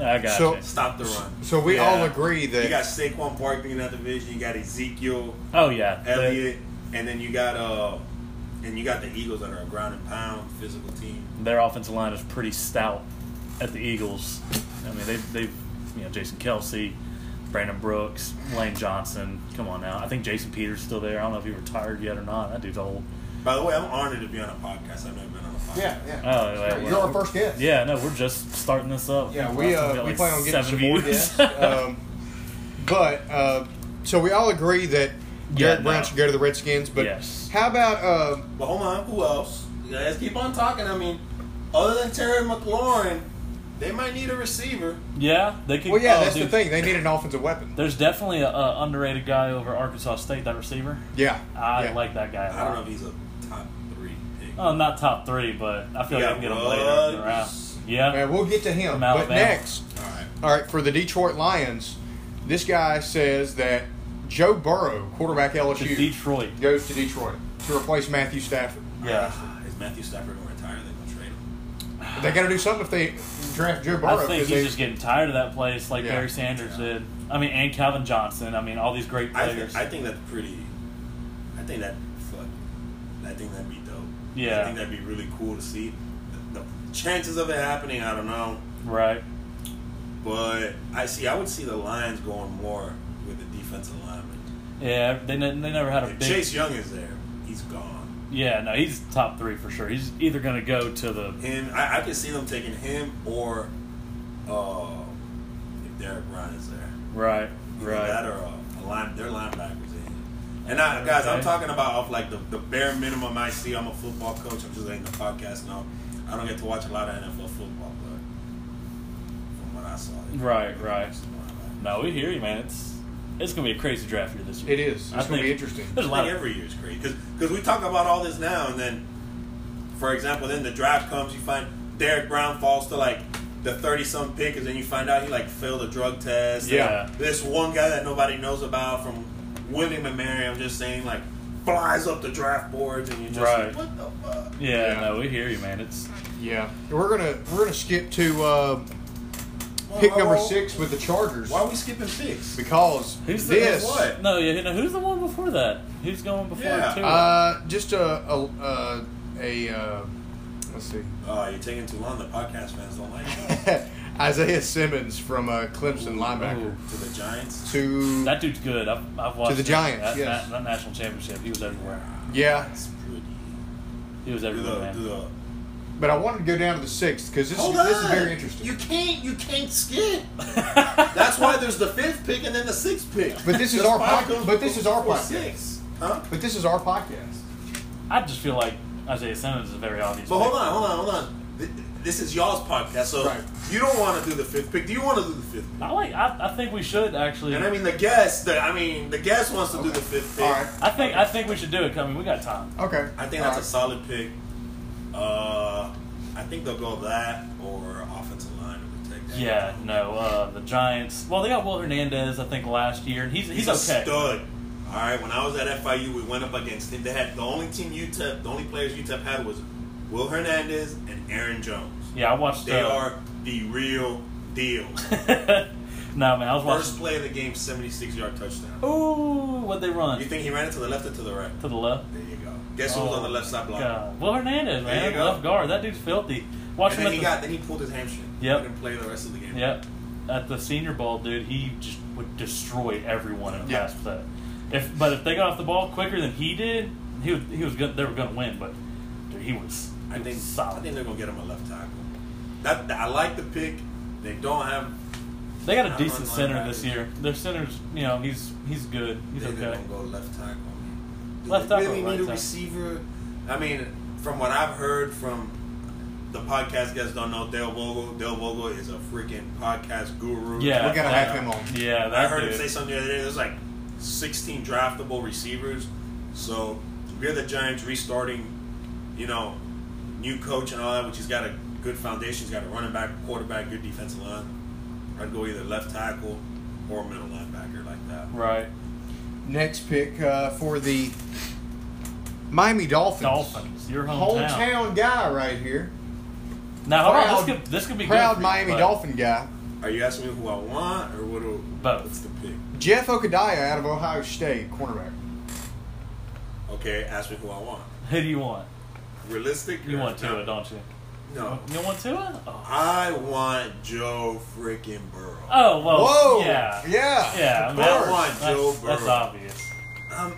Yeah. I got So- you. Stop the run. So we Yeah. all agree that You got Saquon Barkley in that division. You got Ezekiel. Oh yeah. They're, Elliott, and then you got uh, and you got the Eagles that are a ground and pound physical team. their offensive line is pretty stout at the Eagles. I mean they've they've you know, Jason Kelsey, Brandon Brooks, Lane Johnson. Come on now. I think Jason Peters still there. I don't know if he retired yet or not. That dude's old. By the way, I'm honored to be on a podcast. I've never been on a podcast. yeah, yeah. Oh, yeah, You're our first guest. Yeah, no, we're just starting this up. Yeah, Last we time uh, got, we like, plan on getting seven some more views. guests. Um, but uh, so we all agree that Yeah, Derek Brown no. should go to the Redskins. But Yes. how about uh, But hold on, who else? Yeah, Let's keep on talking. I mean, other than Terry McLaurin, they might need a receiver. yeah, they could. well, yeah, oh, that's the dude, thing. They need an offensive weapon. There's definitely a, a underrated guy over Arkansas State, that receiver. Yeah, I yeah. like that guy. a I don't know lot. if he's a top three pick. Oh, not top three, but I feel Yeah, like I can get him later in the round. Ruggs. Yeah. Man, we'll get to him. From But Alabama. next, All right. all right, for the Detroit Lions, this guy says that Joe Burrow, quarterback To LSU, Detroit. goes to Detroit to replace Matthew Stafford. Yeah. Is Matthew Stafford going to retire? They're going to trade him. They got to do something if they draft Joe Burrow. I think 'cause he's they- just getting tired of that place, like Yeah. Barry Sanders did. I mean, and Calvin Johnson. I mean, all these great I, players. think I think that's pretty. I think that fuck. I think that'd be dope. I Yeah. think that'd be really cool to see. The, the chances of it happening, I don't know, right. but I see. I would see the Lions going more with the defensive lineman. Yeah. They, ne- they never had a If big. Chase Young is there, he's gone. Yeah. No, he's top three for sure. He's either going to go to the Him, I, I could see them taking him or uh, if Derek Brown is there. right, Either That right. or uh, a, a line, their linebackers in. And I, guys, I'm Okay. talking about off like the, the bare minimum I see. I'm a football coach. I'm just letting the podcast know. I don't get to watch a lot of NFL football, but from what I saw, they- Right, right. I No, we hear you, man. It's it's going to be a crazy draft year this year. It is. I It's going to be think- interesting. There's a lot think of every year is great because we talk about all this now, and then, for example, then the draft comes, you find Derek Brown falls to like the 30 some pick, and then you find out he like failed a drug test. Yeah. this one guy that nobody knows about from William and Mary, I'm just saying, like, flies up the draft boards, and you just Right. like, what the fuck? Yeah, Yeah. no, we hear you, man. It's Yeah, we're gonna we're gonna skip to uh, Why- pick why- number why- six with the Chargers Why are we skipping picks? because who's the this what? No, yeah, no, who's the one before that? Who's going before Yeah. Tua? uh, just a a, uh, a uh, let's see Oh, you're taking too long. The podcast fans don't like it. Isaiah Simmons from uh, Clemson linebacker Ooh. to the Giants. to that dude's good. I've, I've watched the him. Giants, That, yes. that, that national championship, he was everywhere. yeah That's pretty. He was Do everywhere, the, man. do the But I wanted to go down to the sixth because this, is- Hold this is on. very interesting. You can't you can't skip. That's why there's the fifth pick and then the sixth pick. But this is Because our five pod- goes but this is our before podcast. Six. Huh? But this is our podcast. I just feel like Isaiah Simmons is a very obvious. But hold pick. on, hold on, hold on. Th- This is y'all's podcast, so Right. you don't want to do the fifth pick. Do you want to do the fifth pick? I like. I, I think we should actually. And I mean the guest. The, I mean the guest wants to do the fifth pick. All right. I think. I think we should do it. I mean, we got time. Okay. I think that's a All solid pick. Uh, I think they'll go that or offensive line will take that. Yeah. No. Uh, the Giants. Well, they got Will Hernandez. I think last year, and he's he's, a okay. stud. All right, when I was at FIU, we went up against him. They had the only team UTEP, the only players UTEP had was Will Hernandez and Aaron Jones. Yeah, I watched. They uh, are the real deal. nah, man. I was watching. First play of the game, 76 yard touchdown. Oh. Ooh, what they run You think he ran it to the left or to the right? to the left. There you go. Guess who was Oh, on the left side block? God. Will Hernandez, There man, you go. left guard. That dude's filthy. Watch And him then at he the got, then he pulled his hamstring. Yep. He didn't play the rest of the game. Yep. At the senior ball, dude, he just would destroy everyone in a Yeah. pass play. If but if they got off the ball quicker than he did, he was, he was gonna, they were gonna win. But dude, he was I he think was I solid. think they're gonna get him a left tackle. That, that- I like the pick. They don't have. they got I a don't decent know center about this it. year. Their center's you know he's he's good. He's they, are okay. gonna go left tackle. Do Left they tackle, Really right need a tackle. receiver. I mean, from what I've heard from the podcast guys, don't know Dale Vogel. Dale Vogel is a freaking podcast guru. Yeah, We gotta that- have him on. Yeah, that I heard dude. him say something the other day. There's like 16 draftable receivers. So we're the Giants restarting, you know, new coach and all that, which he's got a good foundation. He's got a running back, quarterback, good defensive line. I'd go either left tackle or middle linebacker like that. right. right. Next pick uh, for the Miami Dolphins. Dolphins, your hometown. Hometown guy right here. Now hold on, Proud- this could this could be good Proud for you, Miami but- Dolphin guy. Are you asking me who I want or what? do- Both. What's the pick? Jeff Okadiah out of Ohio State, cornerback. Okay, ask me who I want. Who do you want? Realistic? You or want not? Tua, don't you? No. You want Tua? Oh, I want Joe freaking Burrow. oh well. Whoa! Yeah. Yeah. Yeah, Of man, I course. want Joe That's, that's Burrow. obvious. I'm,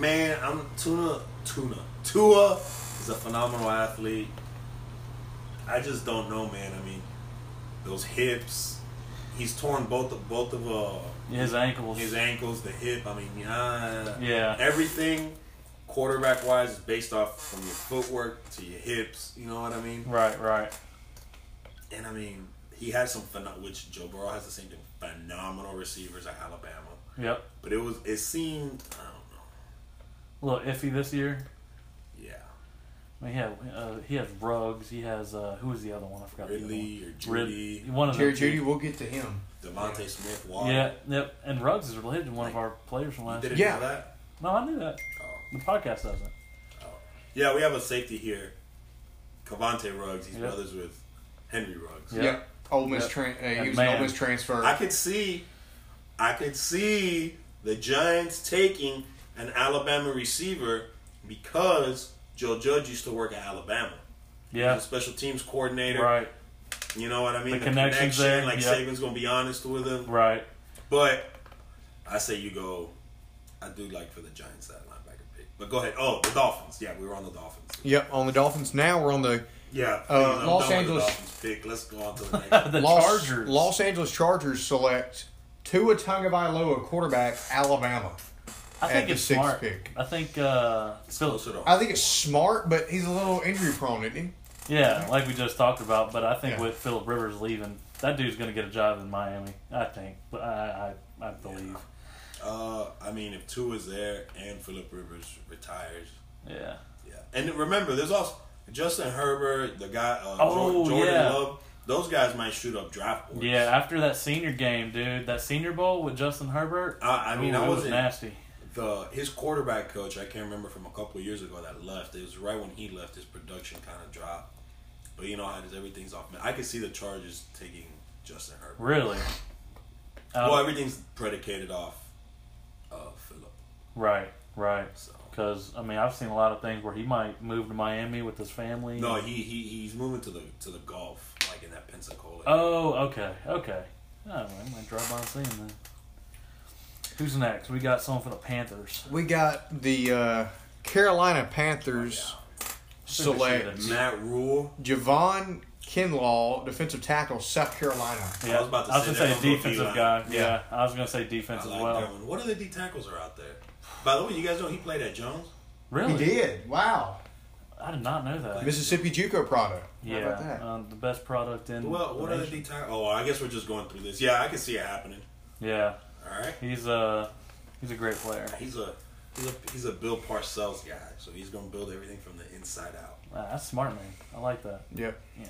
man, I'm Tuna. Tuna. Tua is a phenomenal athlete. I just don't know, man. I mean, those hips. He's torn both of both of uh, His ankles. his ankles, the hip. I mean, yeah, Yeah. Everything, quarterback wise, is based off from your footwork to your hips. You know what I mean? Right, right. And I mean, he had some phenomenal. Which Joe Burrow has the same thing. Phenomenal receivers at Alabama, Yep. but it was it seemed I don't know. A little iffy this year. Yeah. I mean, he, had, uh, he has rugs. He has, uh, who was the other one? I forgot. the other Ridley or one. Rid- Judy, one of Jerry the Judy, we'll get to him. Devontae Smith, Watt. Yeah, yep. And rugs is related to one of our players from You last didn't year. Yeah. know that? No, I knew that. Oh. The podcast doesn't. Yeah, we have a safety here. Cavante Ruggs. He's Yeah. brothers with Henry Ruggs. Yeah. Yep. Ole Miss Yep. tran- uh, And he was an man. Ole Miss transfer. I could see, I could see the Giants taking an Alabama receiver because Joe Judge used to work at Alabama. He Yeah. was a special teams coordinator. Right, You know what I mean? The connection's there, Like yeah. Saban's gonna be honest with him. right. But I say you go. I do like for the Giants that linebacker pick. But go ahead. Oh, the Dolphins. Yeah, we were on the Dolphins. Yep, on the Dolphins. Now we're on the Yeah. Uh, please, Los I'm done with the Angeles- Dolphins pick. Let's go on to the next. one. The Los, Chargers. Los Angeles Chargers select Tua Tagovailoa, quarterback, Alabama. I at think the it's sixth smart. pick. I think, uh, Phil, Closer to home. I think it's smart, but he's a little injury prone, isn't he? yeah, like we just talked about, but I think Yeah. with Philip Rivers leaving, that dude's going to get a job in Miami. I think. But I, I, I believe. Uh, I mean, if two is there and Philip Rivers retires, yeah. yeah. And remember, there's also Justin Herbert, the guy, uh, Oh, Jor- Jordan yeah. Love. Those guys might shoot up draft boards. Yeah, after that senior game, dude, that senior bowl with Justin Herbert. I, I mean, ooh, I it was wasn't nasty. the his quarterback coach. I can't remember from a couple of years ago that left. It was right when he left. His production kind of dropped. But you know how does everything's off. I could see the Chargers taking Justin Herbert. Really. Um, Well, everything's predicated off uh, Philip. right, right. So. Because I mean, I've seen a lot of things where he might move to Miami with his family. No, he, he he's moving to the to the Gulf, like in that Pensacola. Oh, okay, okay. Oh, well, I might drive by and see him then. Who's next? We got someone for the Panthers. Oh, We got the uh, Carolina Panthers select Sure Matt Rule. Javon Kinlaw, defensive tackle, South Carolina. Yeah, I was about to say that gonna number defensive D-line. guy. Yeah. Yeah. I was gonna say defense I as like that well. one. What other D tackles are out there? By the way, you guys know he played at Jones. Really, He did. Wow. I did not know that. Mississippi JUCO product. yeah, How about that? Um, the best product in. Well, what the other nation. D tackle? Oh, I guess we're just going through this. Yeah, I can see it happening. Yeah, All right. he's a he's a great player. He's a he's a he's a Bill Parcells guy, so he's gonna build everything from the inside out. Ah, that's smart, man. I like that. Yep. Yeah.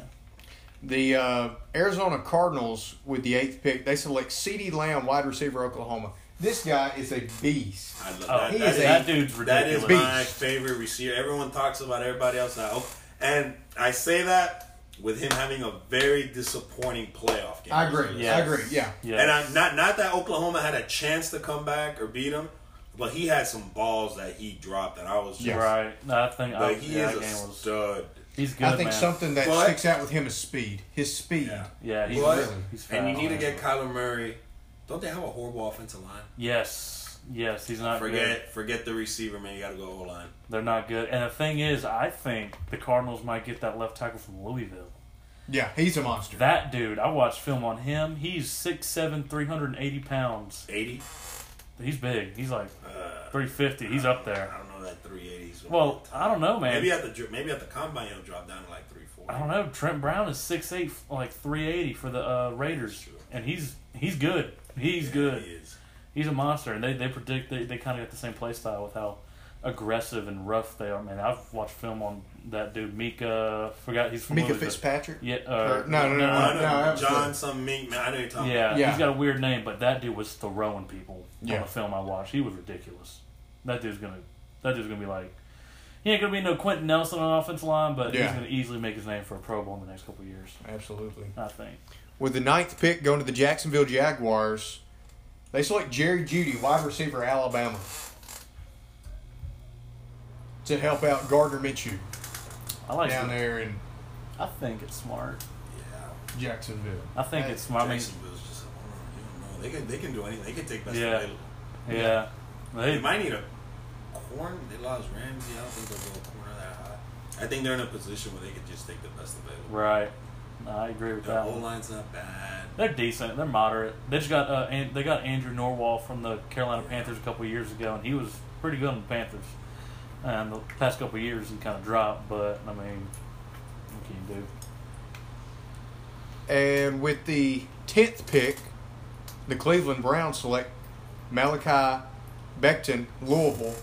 The uh, Arizona Cardinals, with the eighth pick, they select C.D. Lamb, wide receiver, Oklahoma. This guy is a beast. I love Oh, that. he That is is- a- that dude's that ridiculous. is my favorite receiver. Everyone talks about everybody else now, and I say that with him having a very disappointing playoff game. I agree. Yes. I agree. Yeah. yeah. And I'm not not that Oklahoma had a chance to come back or beat him, but he had some balls that he dropped that I was just Yes. Right. No, I think I, like he yeah, is that a game was. stud. He's good, I think man. something that But- sticks out with him is speed. His speed. Yeah. Yeah, he's, But- really, he's And you fast, need to man. get Kyler Murray. Don't they have a horrible offensive line? Yes, yes, he's not Forget good. forget the receiver, man. You got to go O line. They're not good. And the thing is, I think the Cardinals might get that left tackle from Louisville. Yeah, he's a monster. That dude, I watched film on him. He's 6'7", 380 pounds. Eighty. He's big. He's like Uh, 350. He's up I there. don't know that three eighties. Well, I don't know, man. Maybe at the dr- maybe at the combine he'll drop down to like three four. I don't know. Trent Brown is 6'8", like 380 for the uh, Raiders. And he's he's good. He's good. He is. He's a monster. And they, they predict they, they kind of got the same play style with how aggressive and rough they are. Man, I've watched film on that dude, Mika. Forgot he's from Mika Louisville. Fitzpatrick. Yeah, uh, Or- no, no, no, I know no, absolutely. John some meat man. I know you're talking. about. Yeah, Yeah. he's got a weird name, but that dude was throwing people on Yeah. the film I watched. He was ridiculous. That dude's gonna, that dude's gonna be like, he ain't gonna be no Quentin Nelson on the offensive line, but he's Yeah. gonna easily make his name for a Pro Bowl in the next couple of years. Absolutely. I think. With the ninth pick going to the Jacksonville Jaguars, they select Jerry Judy, wide receiver, Alabama, to help out Gardner Minshew I like. down it. there in I think it's smart. Jacksonville. I think it's smart. I mean, Jacksonville's just. I don't know. They can they can do anything. They can take best Yeah. available. yeah, They- They might need a corn. They lost Ramsey. I don't think they'll go a corner that high. I think they're in a position where they could just take the best available. right. No, I agree with The that. O one. line's not bad. They're decent. They're moderate. They just got uh, and they got Andrew Norwall from the Carolina Yeah. Panthers a couple of years ago, and he was pretty good on the Panthers. And the past couple of years, he kind of dropped, but I mean, what can you do? And with the tenth pick, the Cleveland Browns select Malachi Becton, Louisville,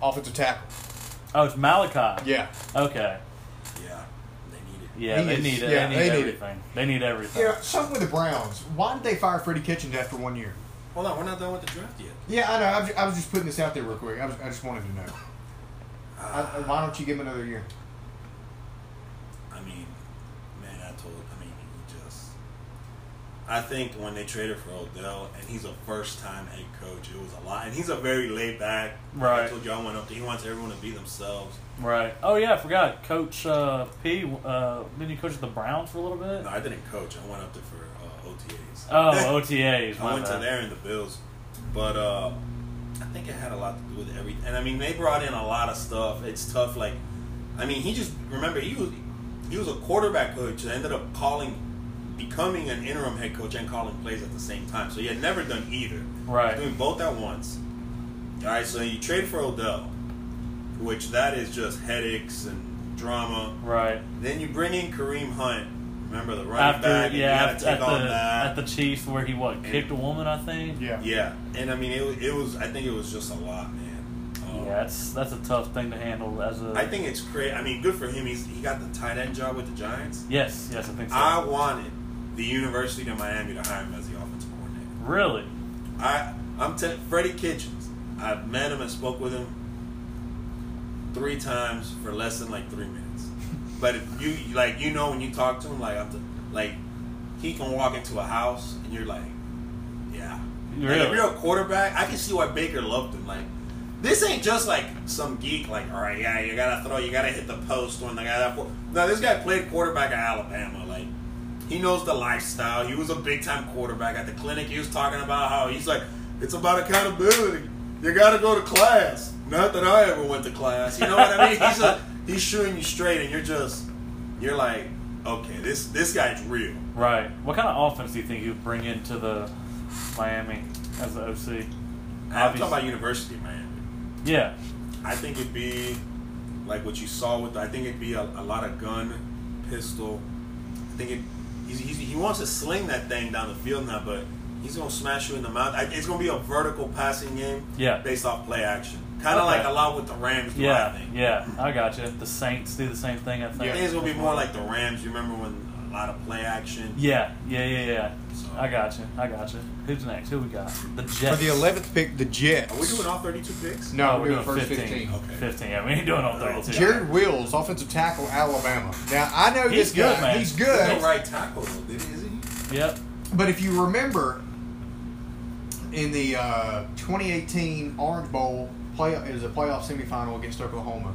offensive tackle. Oh, it's Malachi. Yeah. Okay. Yeah, they need it. Yeah, He they is- need it. yeah, they need they need it. everything. They need everything. Yeah, something with the Browns. Why did they fire Freddie Kitchens after one year? Hold on, we're not done with the draft yet. Yeah, I know. I was, I was just putting this out there real quick. I, was, I just wanted to know. I, Ah. I- why don't you give him another year? I mean, man, I told. I mean, he just. I think when they traded for Odell, and he's a first-time head coach, it was a lot. And he's a very laid-back. I Right. told you I went up there. He wants everyone to be themselves. Right. Oh yeah, I forgot. Coach uh, P. Uh, didn't you coach the Browns for a little bit? No, I didn't coach. I went up there for uh, OTAs. Oh, OTAs. My I went to bad. there in the Bills, but uh, I think it had a lot to do with every. And I mean, they brought in a lot of stuff. It's tough. Like, I mean, he just remember he was he was a quarterback coach that ended up calling, becoming an interim head coach and calling plays at the same time. So he had never done either. Right. He's doing both at once. All right. So you trade for Odell, which that is just headaches and drama. Right. Then you bring in Kareem Hunt. Remember the running back. After and yeah, you at, gotta take at the on that. at the Chiefs where he what kicked a woman, I think. Yeah. Yeah, and I mean it. was- It was. I think it was just a lot, man. Um, Yeah, that's that's a tough thing to handle as a. I think it's crazy. I mean, good for him. He's he got the tight end job with the Giants. Yes, yes, I think so. I wanted the University of Miami to hire him as the offensive coordinator. really? I I'm t- Freddie Kitchens. I've met him and spoke with him three times for less than like three minutes. But if you like, you know, when you talk to him, like I'm the, like he can walk into a house and you're like, yeah, Like, Really? if you're a quarterback, I can see why Baker loved him. Like this ain't just like some geek. Like all right, yeah, you gotta throw, you gotta hit the post when the guy that. No, this guy played quarterback at Alabama. Like he knows the lifestyle. He was a big time quarterback at the clinic. He was talking about how he's like, it's about accountability. You got to go to class. Not that I ever went to class. You know what I mean? He's a he's shooting you straight, and you're just you're like, okay, this this guy's real. Right. What kind of offense do you think he'd bring into the Miami as the OC? I'm talking Obviously- about University of Miami. Yeah. I think it'd be like what you saw with. I think it'd be a, a lot of gun, pistol. I think it. He's, he's, he wants to sling that thing down the field now, but he's gonna smash you in the mouth. I, it's gonna be a vertical passing game. Yeah. Based off play action, kind of Okay. like a lot with the Rams. do, I Yeah. think. Yeah. I got you. The Saints do the same thing. I I think. think it's gonna be more like the Rams. You remember when a lot of play action. Yeah. Yeah. Yeah. Yeah. So- I got you. I got you. Who's next? Who we got? The For Jets. Oh, the eleventh pick, the Jets. Are we doing all 32 picks? No, we're doing first Uh, 15. Okay. 15. Yeah, we ain't doing all 32. Jared Wills, offensive tackle, Alabama. Now I know this He's good, guy. man. He's No good, right tackle though, did he? Is he? Yep. but if you remember, in the uh, 2018 Orange Bowl play, it was a playoff semifinal against Oklahoma.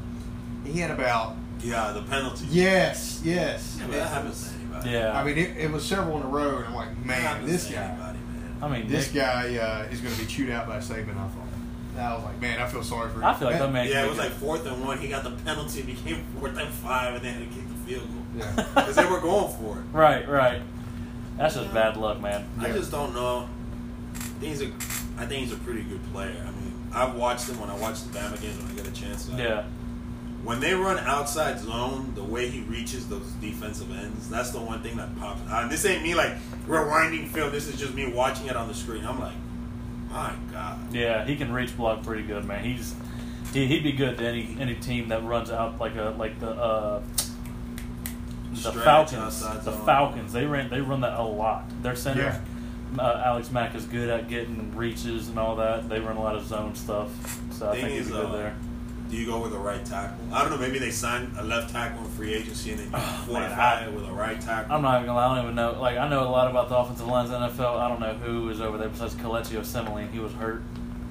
He had about Yeah, the penalty. yes, yes. Yeah, but that happens to anybody. Yeah. I mean, it, it was several in a row, and I'm like, That man, happens this to guy, Anybody, man. I mean, this Nick- guy uh, is going to be chewed out by Saban. I thought. And I was like, man, I feel sorry for him. I feel like that man. Yeah, could it was be like fourth and one. He got the penalty, it became fourth and five, and they had to kick the field goal Yeah. because they were going for it. good. Right. Right. That's just bad luck, man. I Yeah. just don't know. I think he's a, I think he's a pretty good player. I mean, I've watched him when I watch the Bama games when I get a chance. Like, Yeah. When they run outside zone, the way he reaches those defensive ends, that's the one thing that pops. Uh, this ain't me like rewinding film. This is just me watching it on the screen. I'm like, my god. Yeah, he can reach block pretty good, man. He's he, he'd be good to any any team that runs out like a like the uh, the Stretch Falcons. outside The zone. Falcons they ran they run that a lot. Their center uh, Alex Mack is good at getting reaches and all that. They run a lot of zone stuff, so I Thing think he'd is, be good uh, there. Do you go with a right tackle? I don't know. Maybe they signed a left tackle in free agency and then you Oh, man, fortify I- it with a right tackle. I'm not even gonna lie, I don't even know. Like I know a lot about the offensive lines in the NFL. I don't know who is over there besides Coleccio Semele. He was hurt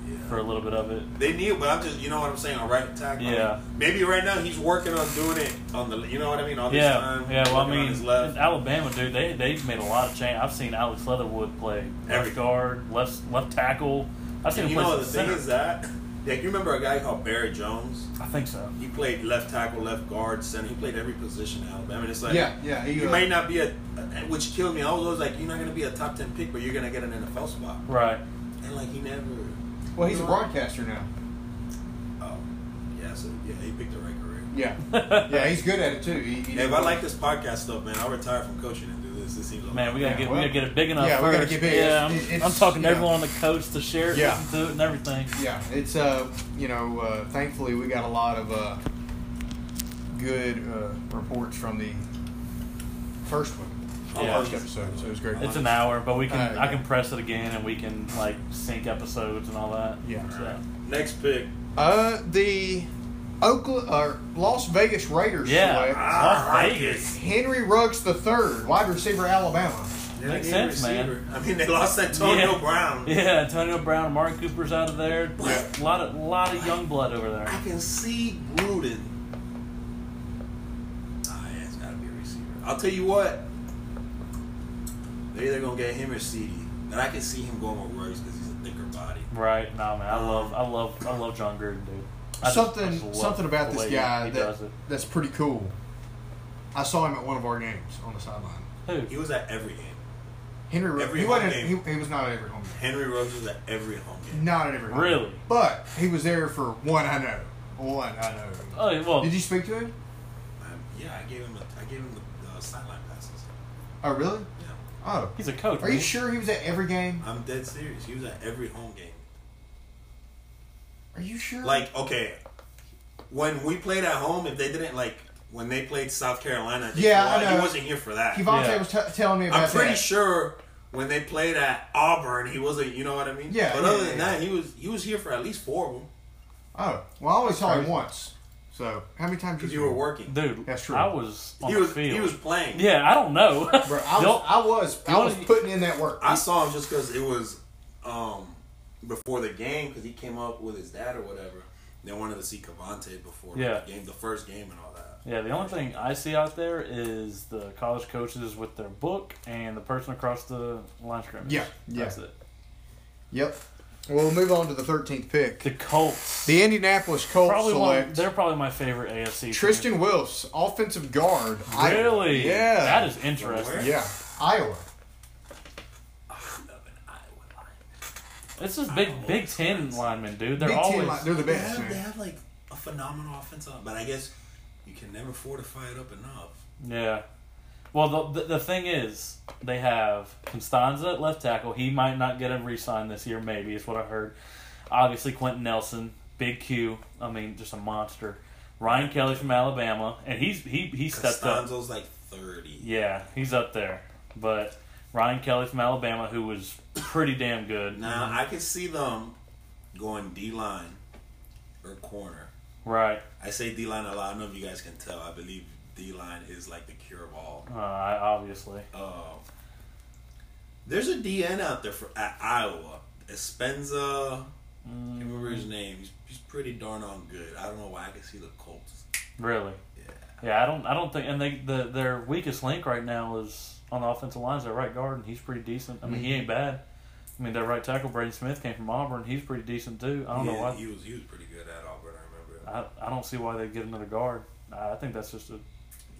Yeah. for a little bit of it. They need, but I'm just, you know what I'm saying, a right tackle. Yeah. Maybe right now he's working on doing it on the, you know what I mean, all this yeah, time. yeah. Well, I working on mean, his left. Alabama, dude, they they've made a lot of change. I've seen Alex Leatherwood play Every- left guard, left left tackle. I've seen And him you play know the center. thing is that, like you remember a guy called Barry Jones? I think so. He played left tackle, left guard, center. He played every position at Alabama. And it's like, yeah, yeah. He, you uh, might not be a, which killed me. I was always like, you're not going to be a top 10 pick, but you're going to get an NFL spot. Right. And like, he never. Well, he's a broadcaster now. Oh, yeah, so yeah, he picked the right career. Yeah, yeah. He's good at it too. He, he Yeah, if I like this podcast stuff, man, I'll retire from coaching and do this. This seems like Man, we gotta Yeah, get well- we gotta get it big enough. Yeah, we first. gotta get big. Yeah, I'm, It's- it's- I'm talking to yeah. everyone on the coach, the sheriff, Yeah. listen to it, and everything. Yeah, it's uh, you know, uh, thankfully we got a lot of uh, good uh, reports from the first one, the Yeah. first episode. So it was great. It's an hour, but we can Uh, I yeah. can press it again, and we can like sync episodes and all that. Yeah. So, next pick. Uh, the Oakland or Las Vegas Raiders. yeah. select Las I like Vegas. Henry Ruggs the third, wide receiver, Alabama. They Makes need a sense, man. receiver. I mean, they lost Antonio yeah. Brown. Yeah, Antonio Brown, Amari Cooper's out of there. Yeah. A lot of lot of young blood over there. I can see Gruden. Ah, yeah, it's got to be a receiver. I'll tell you what. They're either gonna get him or CD, but I can see him going with Ruggs because he's a thicker body. Right, nah, man. I Um, love, I love, I love John Gruden, dude. I just- I something just love something about the this way guy he that does it. that's pretty cool. I saw him at one of our games on the sideline. He Who? was at every game. Henry Ruggs. Every he home wasn't. game. He, he was not at every home game. Henry Ruggs was at every home game. Not at every home. Really? game. But he was there for one. I know. One. I know. Oh well, Did you speak to him? Um, yeah, I gave him. A, I gave him the uh, sideline passes. Oh, really? Yeah, Oh. he's a coach. Are you man. sure he was at every game? I'm dead serious. He was at every home game. Are you sure? Like, okay, when we played at home, if they didn't like when they played South Carolina, I think Yeah, he, I wa- know. he wasn't here for that. Devontae Yeah. was t- telling me about I'm pretty that. sure when they played at Auburn, he wasn't. You know what I mean? Yeah, But yeah, other yeah, than yeah. that, he was he was here for at least four of them Oh, well, I only saw him Crazy. once. So how many times? because did you were working. dude? That's true. I was Mm-hmm. on He the was field. he was playing. yeah, I don't know. Bro, I was, Don't- I was, I wanna- was putting in that work. I saw him just because it was um, before the game because he came up with his dad or whatever. They wanted to see Cavante before Yeah. the game, the first game and all that. yeah, the only thing I see out there is the college coaches with their book and the person across the line scrimmage. Yeah, yeah. that's it. Yep. Well, we'll move on to the 13th pick. The Colts. The Indianapolis Colts probably one, select they're probably my favorite AFC. team. Tristan Wilfs, offensive guard. Iowa. Really? Yeah. That is interesting. Yeah. Iowa. This is big Big Ten linemen, dude. They're Big Ten always line- they're the They best. have, they man. have like a phenomenal offense, line, but I guess you can never fortify it up enough. yeah. Well, the, the the thing is, they have Constanza at left tackle. He might not get a re-sign this year. Maybe is what I heard. Obviously, Quentin Nelson, Big Q. I mean, just a monster. Ryan Kelly from Alabama, and he's he he stepped up. Costanzo's like thirty. Yeah, he's up there. But Ryan Kelly from Alabama, who was pretty damn good. Now I can see them going D line or corner. Right. I say D line a lot. I don't know if you guys can tell. I believe D line is like the cure of all. Uh, I- obviously. Uh, there's a DN out there for at Iowa. Mm. Espenza. I can't remember Mm-hmm. his name. He's, he's pretty darn on good. I don't know why I can see the Colts. Really. Yeah, I don't. I don't think. And they the their weakest link right now is on the offensive line is their right guard, and he's pretty decent. I mean, he ain't bad. I mean, their right tackle Braden Smith came from Auburn. He's pretty decent too. I don't know Yeah, why. He was he was pretty good at Auburn. I remember. I I don't see why they get another guard. I I think that's just a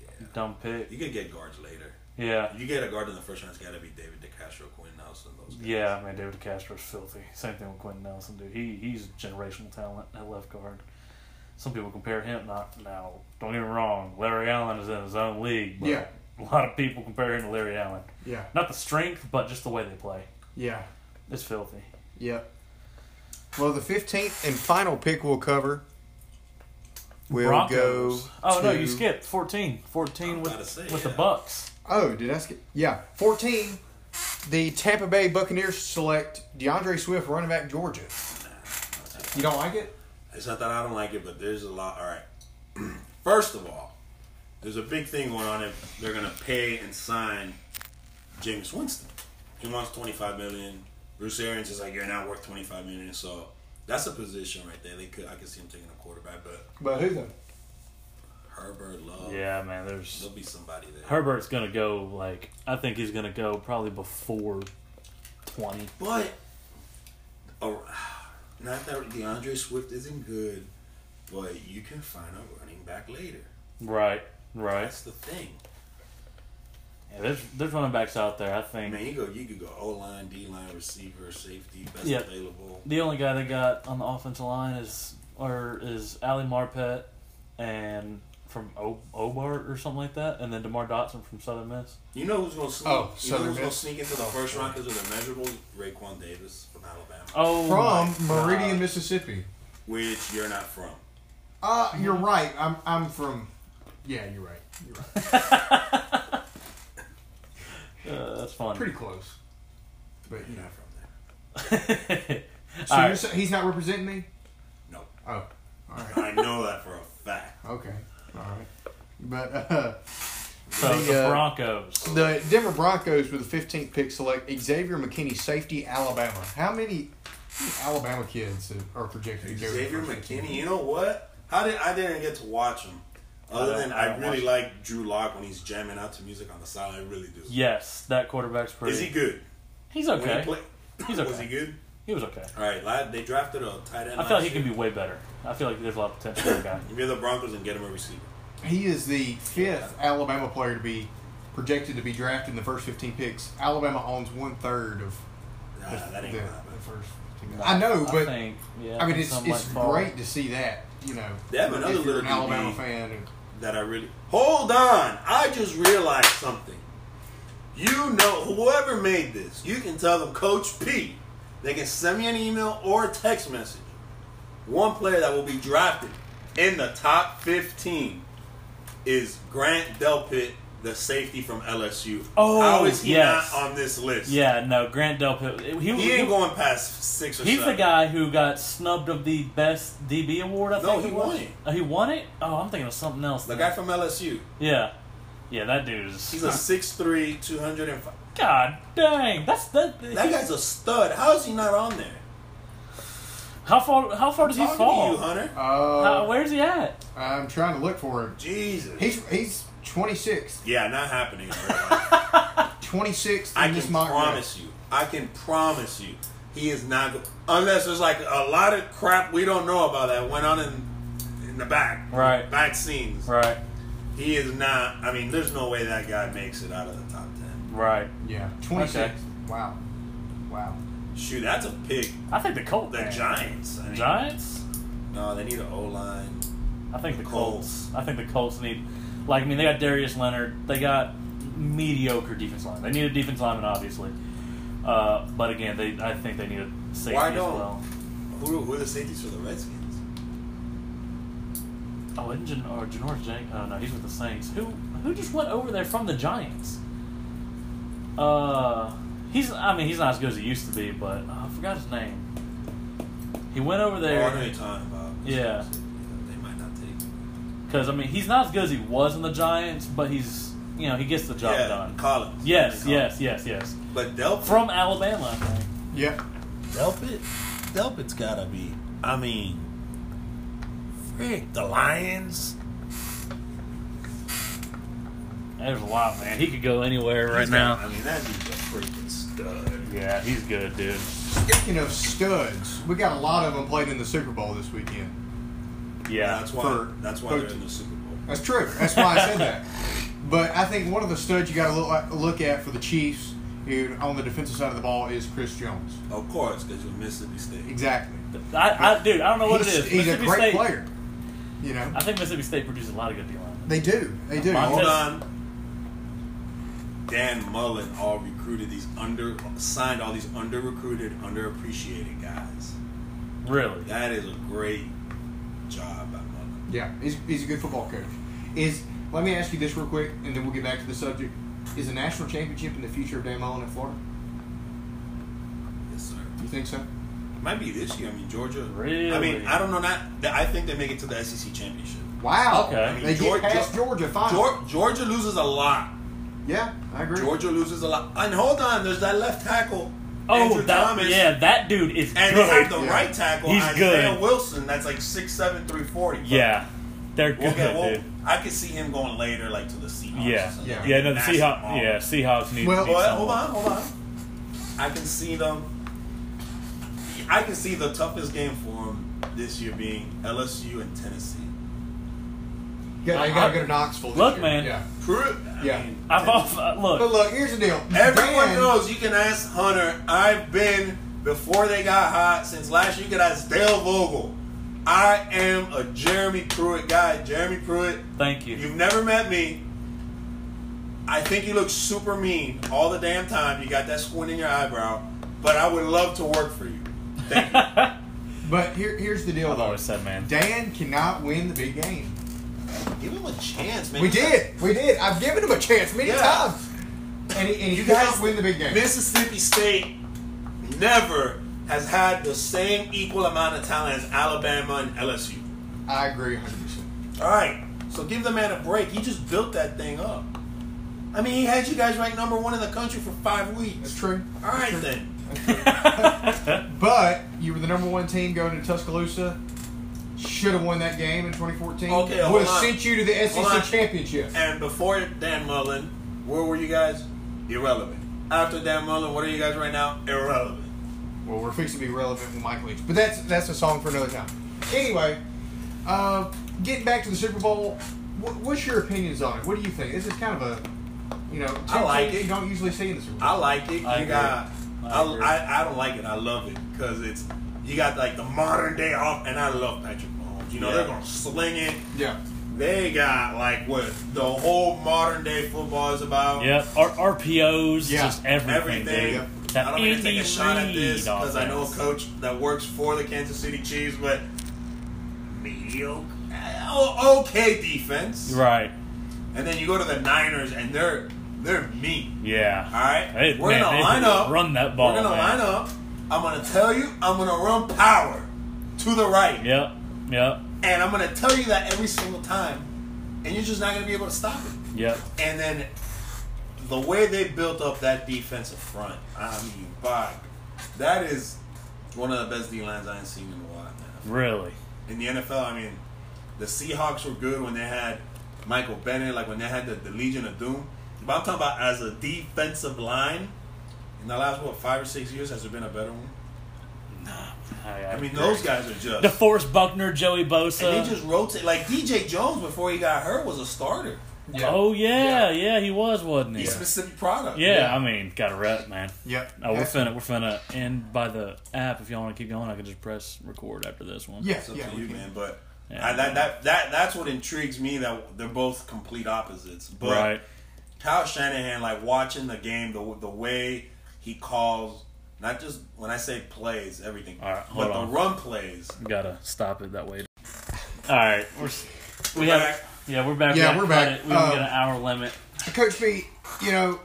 Yeah. dumb pick. You could get guards later. Yeah. If you get a guard in the first round, it's got to be David DeCastro, Quinn Nelson, those guys. Yeah, I mean David Castro's filthy. Same thing with Quentin Nelson, dude. He he's generational talent at left guard. Some people compare him not now. Don't get me wrong. Larry Allen is in his own league. But Yeah. A lot of people compare him to Larry Allen. Yeah. Not the strength, but just the way they play. Yeah. It's filthy. Yep. Well, the 15th and final pick we'll cover will Broncos. go. oh no, to- you skipped 14. 14 I'm with about to say, with the yeah. Bucks. Oh, did I skip? Yeah. 14. The Tampa Bay Buccaneers select DeAndre Swift, running back, Georgia. You don't like it? It's not that I don't like it, but there's a lot. All right. First of all, there's a big thing going on if they're going to pay and sign James Winston. He wants 25 million. Bruce Arians is like, you're not worth 25 million. So that's a position right there. They could, I could see him taking a quarterback, but But who though? Herbert Love, Yeah, man. There's there'll be somebody there. Herbert's gonna go like I think he's gonna go probably before 20. But oh, not that DeAndre Swift isn't good, but you can find a running back later. Right. Right. That's the thing. Yeah, there's there's running backs out there. I think Man, you go. You could go O line, D line, receiver, safety, best Yeah. available. the only guy they got on the offensive line is or is Ali Marpet and from o- Obart or something like that, and then Demar Dotson from Southern Miss. You know who's gonna sneak? Oh, you know Southern who's gonna Miss. sneak Oh, into the first round because of the measurables? Raquan Davis from Alabama, Oh, From my God. Meridian, Mississippi. which you're not from. Uh, you're right. I'm I'm from. Yeah, you're right. You're right. Uh, that's funny. Pretty close. But you You're know. not from there. So All you're right. sa- he's not representing me. No, Oh. All right. I know that for a fact. Okay. All right. But uh, So The, the, uh, Broncos. the Denver Broncos with the 15th pick select Xavier McKinney, safety, Alabama. How many Alabama kids are projected to go? to the Xavier first team? McKinney. You know what? How did I didn't get to watch him? Other I don't- than I I, don't really watch like Drew Lock when he's jamming out to music on the side. I really do. Yes, that quarterback's pretty. Is he good? He's When he okay. play- He's Was okay. he good? He was okay. All right, lad, they drafted a tight end. I feel last like he can year. be way better. I feel like there's a lot of potential in the guy. If you're the Broncos and get him a receiver. He is the fifth Alabama player to be projected to be drafted in the first 15 picks. Alabama owns one third of Nah, the, that ain't the, gonna the happen. first. 15. I know, I but I, think, yeah, mean, think it's some it's might fall. great to see that. You know, They have another if you're an little DB. Alabama fan. And, That I really. Hold on, I just realized something. You know, whoever made this, you can tell them Coach P. They can send me an email or a text message. One player that will be drafted in the top 15 is Grant Delpit, the safety from LSU. Oh, How is he yes. not on this list? Yeah, no, Grant Delpit. He, He he- ain't going past six or He's seven. the guy who got snubbed of the best DB award. I No, think he it was. won it. Oh, he won it. Oh, I'm thinking of something else. The then. guy from LSU. yeah, yeah, that dude is. He's a 6'3", 205. God dang, that's that. That guy's a stud. How is he not on there? how far? How far does he Talking to you, fall? Hunter. How- uh, where's he at? I'm trying to look for him. Jesus. He's he's 26th, yeah, not happening. bro. 26th in I this can mock draft. promise you. I can promise you. He is not go- unless there's like a lot of crap we don't know about that went on in in the back, Right. Back scenes. Right. He is not. I mean, there's no way that guy makes it out of the top ten. Right. Yeah. 26. Okay. Wow. Wow. Shoot, that's a pick. I think the Colts. The Giants. I mean, Giants? No, they need an O line. I think the Colts. Colts. I think the Colts need, like, I mean, they got Darius Leonard. They got mediocre defense line. They need a defense lineman, obviously. Uh, but again, they I think they need a safety Why as don't- well. Who, who are the safeties for the Redskins? Oh, isn't Jan- or Janoris Jenkins? Oh no, he's with the Saints. Who who just went over there from the Giants? Uh, he's I mean he's not as good as he used to be, but oh, I forgot his name. He went over Oh, I know there you're talking about. Yeah. They might not take him. because I mean he's not as good as he was in the Giants, but he's you know he gets the job yeah, done. Collins. Yes, Collins. yes, yes, yes. But Delpit. From Alabama, I think. Yep. Delpit. Delpit's gotta be. I mean, frick, the Lions. There's a lot, man. He could go anywhere right He's got- now. I mean, that dude's a freaking stud. Yeah, he's good, dude. Speaking of studs, we got a lot of them playing in the Super Bowl this weekend. Yeah, That's why. For- that's why for- they're in the Super Bowl. That's true. That's why I said that. But I think one of the studs you got to look, uh, look at for the Chiefs dude, on the defensive side of the ball is Chris Jones. Of course, because you're Mississippi State. Exactly. I, I dude, I don't know what he's, it is. He's a Mississippi great State- player. You know, I think Mississippi State produces a lot of good D line. they do. They do. Montez- Hold on. Dan Mullen all recruited these under signed all these under recruited, underappreciated guys. Really? That is a great job by Mullen. Yeah, he's, he's a good football coach. Is let me ask you this real quick, and then we'll get back to the subject. Is a national championship in the future of Dan Mullen in Florida? Yes, sir. You think so? Might be this year. I mean, Georgia. I Really? mean, I don't know. Not I think they make it to the SEC championship. Wow. Okay. I mean, They Georgia- get past Georgia. Fine. Geor- Georgia loses a lot. yeah, I agree. Georgia loses a lot. And hold on, there's that left tackle. Oh, Andrew that, Thomas. yeah, that dude is And they good. have the Yeah. right tackle, He's Isaiah good. Wilson. That's like six seven, three forty. yeah, they're We'll good, get, we'll, dude. I could see him going later, like to the Seahawks. or Yeah, something. Yeah. yeah, no, the That's Seahawks. wrong. Yeah, Seahawks need. Well- need But someone. hold on, hold on. I can see them. I can see the toughest game for him this year being LSU and Tennessee. Yeah, they got to go to Knoxville. this Look, year. man. Yeah. True. Yeah. I've off, uh, But look. look, here's the deal. Everyone Dan- knows you can ask Hunter. I've been before they got hot since last year. You can ask Dale Vogel. I am a Jeremy Pruitt guy. Jeremy Pruitt, Thank you. you've never met me. I think you look super mean all the damn time. You got that squint in your eyebrow, but I would love to work for you. Thank you. But here, here's the deal, I've though. always said, man. Dan cannot win the big game. Give him a chance, man. We did. We did. I've given him a chance many Yeah. times. And he, and he You cannot guys win the big game. Mississippi State never has had the same equal amount of talent as Alabama and LSU. I agree 100%. All right, so give the man a break. He just built that thing up. I mean, he had you guys ranked number one in the country for five That's weeks. true. All right then. But you were the number one team going to Tuscaloosa. Should have won that game in 2014. Okay, hold would have on. sent you to the Hold on. SEC championship. And before Dan Mullen, where were you guys? Irrelevant. After Dan Mullen, what are you guys right now? Irrelevant. Well, we're fixing to be relevant with Mike Leach, but that's that's a song for another time. Anyway, uh, getting back to the Super Bowl, wh- what's your opinions on it? What do you think? This is kind of a, you know, I two like teams it. You don't usually see in the Super Bowl. I like it. I you agree. I got. I, agree. I, I don't like it. I love it because it's you got like the modern day off, and I love Patrick Mahomes. You know Yeah. they're gonna sling it. yeah, They got like what the whole modern day football is about. Yeah, R- RPOs, Yeah. just everything. everything. Yep. Dude. I don't mean to take a Andy shot at this Reid because I know a offense. coach that works for the Kansas City Chiefs, but mediocre, oh, okay defense. Right. And then you go to the Niners, and they're they're meat. Yeah. All right, Hey, we're man, gonna they line up. Run that ball. We're gonna man. line up. I'm gonna tell you. I'm gonna run power to the right, Yep. Yep. and I'm gonna tell you that every single time, and you're just not gonna be able to stop it. Yep. And then the way they built up that defensive front, I mean, Bob, that is one of the best D lines I've seen in a while. Man. Really. In the NFL, I mean, the Seahawks were good when they had Michael Bennett, like when they had the, the Legion of Doom. But I'm talking about as a defensive line. In the last what five or six years, has there been a better one? I, I mean, those guys are just. the uh, Forrest Buckner, Joey Bosa. and they just rotate. Like DJ Jones before he got hurt was a starter. Oh yeah, yeah, he was, wasn't he? He's specific product. Yeah, Yeah. I mean, got a rep, man. Yep. Oh, we're finna, we're finna end by the app. If y'all want to keep going, I can just press record after this one. Yeah, It's up yeah. to we you, can- man. But Yeah. I, that, that that that's what intrigues me. That they're both complete opposites. But Right. Kyle Shanahan, like watching the game, the the way he calls, not just when I say plays, everything, All right, hold but on. the run plays. We gotta stop it that way. All right, we're s- we We're have back. yeah, we're back. Yeah, We we're cut back. it. We don't Um, get an hour limit. Uh, Coach B, you know,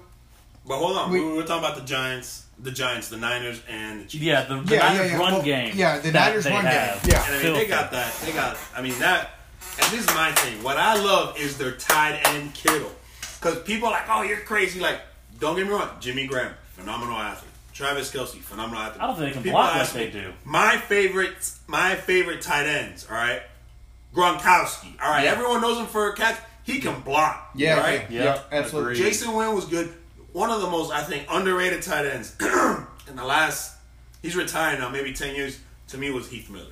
But hold on, We- we, we were talking about the Giants, the Giants, the Niners, and the Chiefs. Yeah, the, the yeah, Niners yeah, yeah. run Well, game. yeah, the that Niners they run game. have. Yeah. And I mean, they Filthy. got that. They got. I mean that. And this is my thing. What I love is their tight end Kittle, because people are like, "Oh, you're crazy." Like, don't get me wrong, Jimmy Graham, phenomenal athlete. Travis Kelsey, phenomenal athlete. I don't think they can People block ask like they me, do. My favorite, my favorite tight ends. All right, Gronkowski. All right, Yeah. everyone knows him for a catch. He can block. yeah, all right. yeah, Yeah. yeah, absolutely. Agreed. Jason Wynn was good. One of the most, I think, underrated tight ends in the last. He's retired now, maybe ten years. To me, was Heath Miller.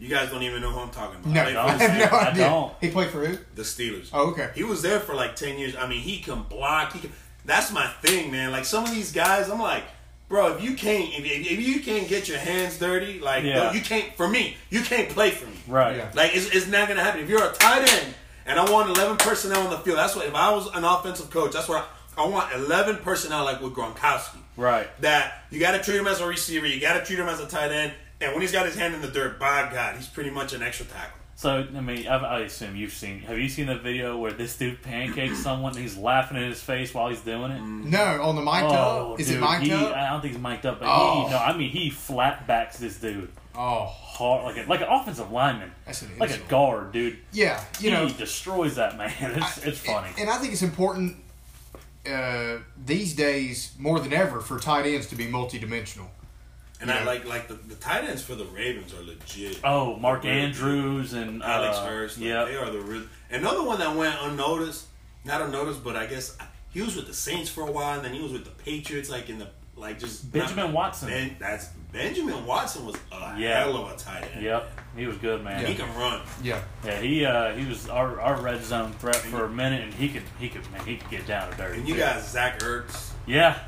You guys don't even know who I'm talking about. No, Like, I for have no I idea. don't. He played for who? The Steelers. Oh, okay. He was there for like ten years. I mean, he can block. He can. That's my thing, man. Like some of these guys, I'm like, bro, if you can't, if, if if you can't get your hands dirty, like Yeah. you can't. For me, you can't play for me. Right. Yeah. Like it's, it's not gonna happen. If you're a tight end and I want eleven personnel on the field, that's what. If I was an offensive coach, that's what I, I want eleven personnel like with Gronkowski. Right. That you got to treat him as a receiver. You got to treat him as a tight end. And when he's got his hand in the dirt, by God, he's pretty much an extra tackle. So I mean, I, I assume you've seen. Have you seen the video where this dude pancakes someone? and He's laughing in his face while he's doing it. No, on the mic Oh, up. Is dude, it mic he, up? I don't think he's mic'd up, but Oh. he, no, I mean he flat backs this dude Oh, hard, like a, like an offensive lineman, That's an like a insult. guard, dude. yeah. You he know, destroys that man. It's, it's funny. And I think it's important uh, these days more than ever for tight ends to be multidimensional. And I Yeah. like like the, the tight ends for the Ravens are legit. oh, Mark They're really Andrews and good. Alex uh, Hurst. Like, Yeah, they are the real. Another one that went unnoticed, not unnoticed, but I guess he was with the Saints for a while, and then he was with the Patriots, like in the like just Benjamin Watson. Ben, that's Benjamin Watson was a Yeah. hell of a tight end. yep, he was good, man. He can run. Yeah. Yeah, he uh, he was our, our red zone threat for a minute, and he could he could man, he could get down to dirty. And you too. got Zach Ertz, yeah,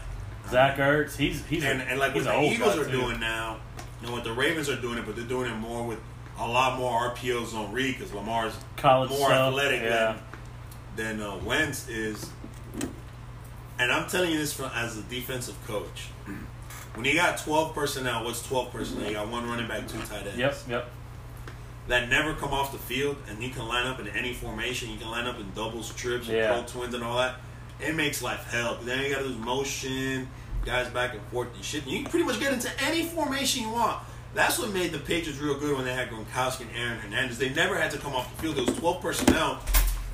Zach Ertz. He's he's a- and, and like he's what an the old Eagles guy, are too. doing now, and what the Ravens are doing it, but they're doing it more with a lot more RPOs on Reed because Lamar's college more stuff, athletic Yeah, than than uh, Wentz is. And I'm telling you this from as a defensive coach. When you got 12 personnel, what's 12 personnel? You got one running back, two tight ends. yep, yep. That never come off the field, and you can line up in any formation. You can line up in doubles, trips, and Yeah. pro twins, and all that. It makes life hell. 'cause Then you got to do motion, guys back and forth and shit. You can pretty much get into any formation you want. That's what made the Patriots real good when they had Gronkowski and Aaron Hernandez. They never had to come off the field. There was 12 personnel.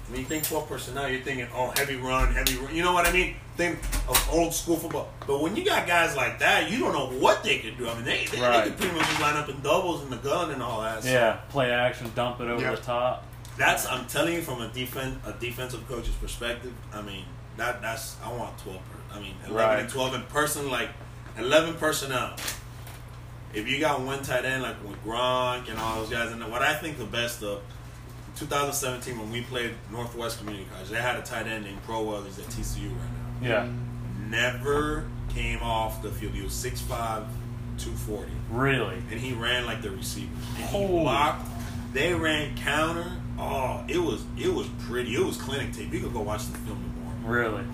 When you think 12 personnel, you're thinking, oh, heavy run, heavy run. You know what I mean? Think of old school football. But when you got guys like that, you don't know what they could do. I mean, they, they, Right. they could pretty much just line up in doubles and the gun and all that. So Yeah, play action, dump it over Yeah. the top. that's I'm telling you from a defense a defensive coach's perspective. I mean that that's I want twelve. Per, I mean eleven Right. and twelve in person like eleven personnel. If you got one tight end like with Gronk and all those guys, and what I think the best of 2017 when we played Northwest Community College, they had a tight end named Crowell. He's at TCU right now. Yeah, Never came off the field. He was 6'5", 240 really. and he ran like the receiver. And he Holy. blocked. They ran counter. Oh, it was it was pretty. It was clinic tape. You could go watch the film tomorrow. Really?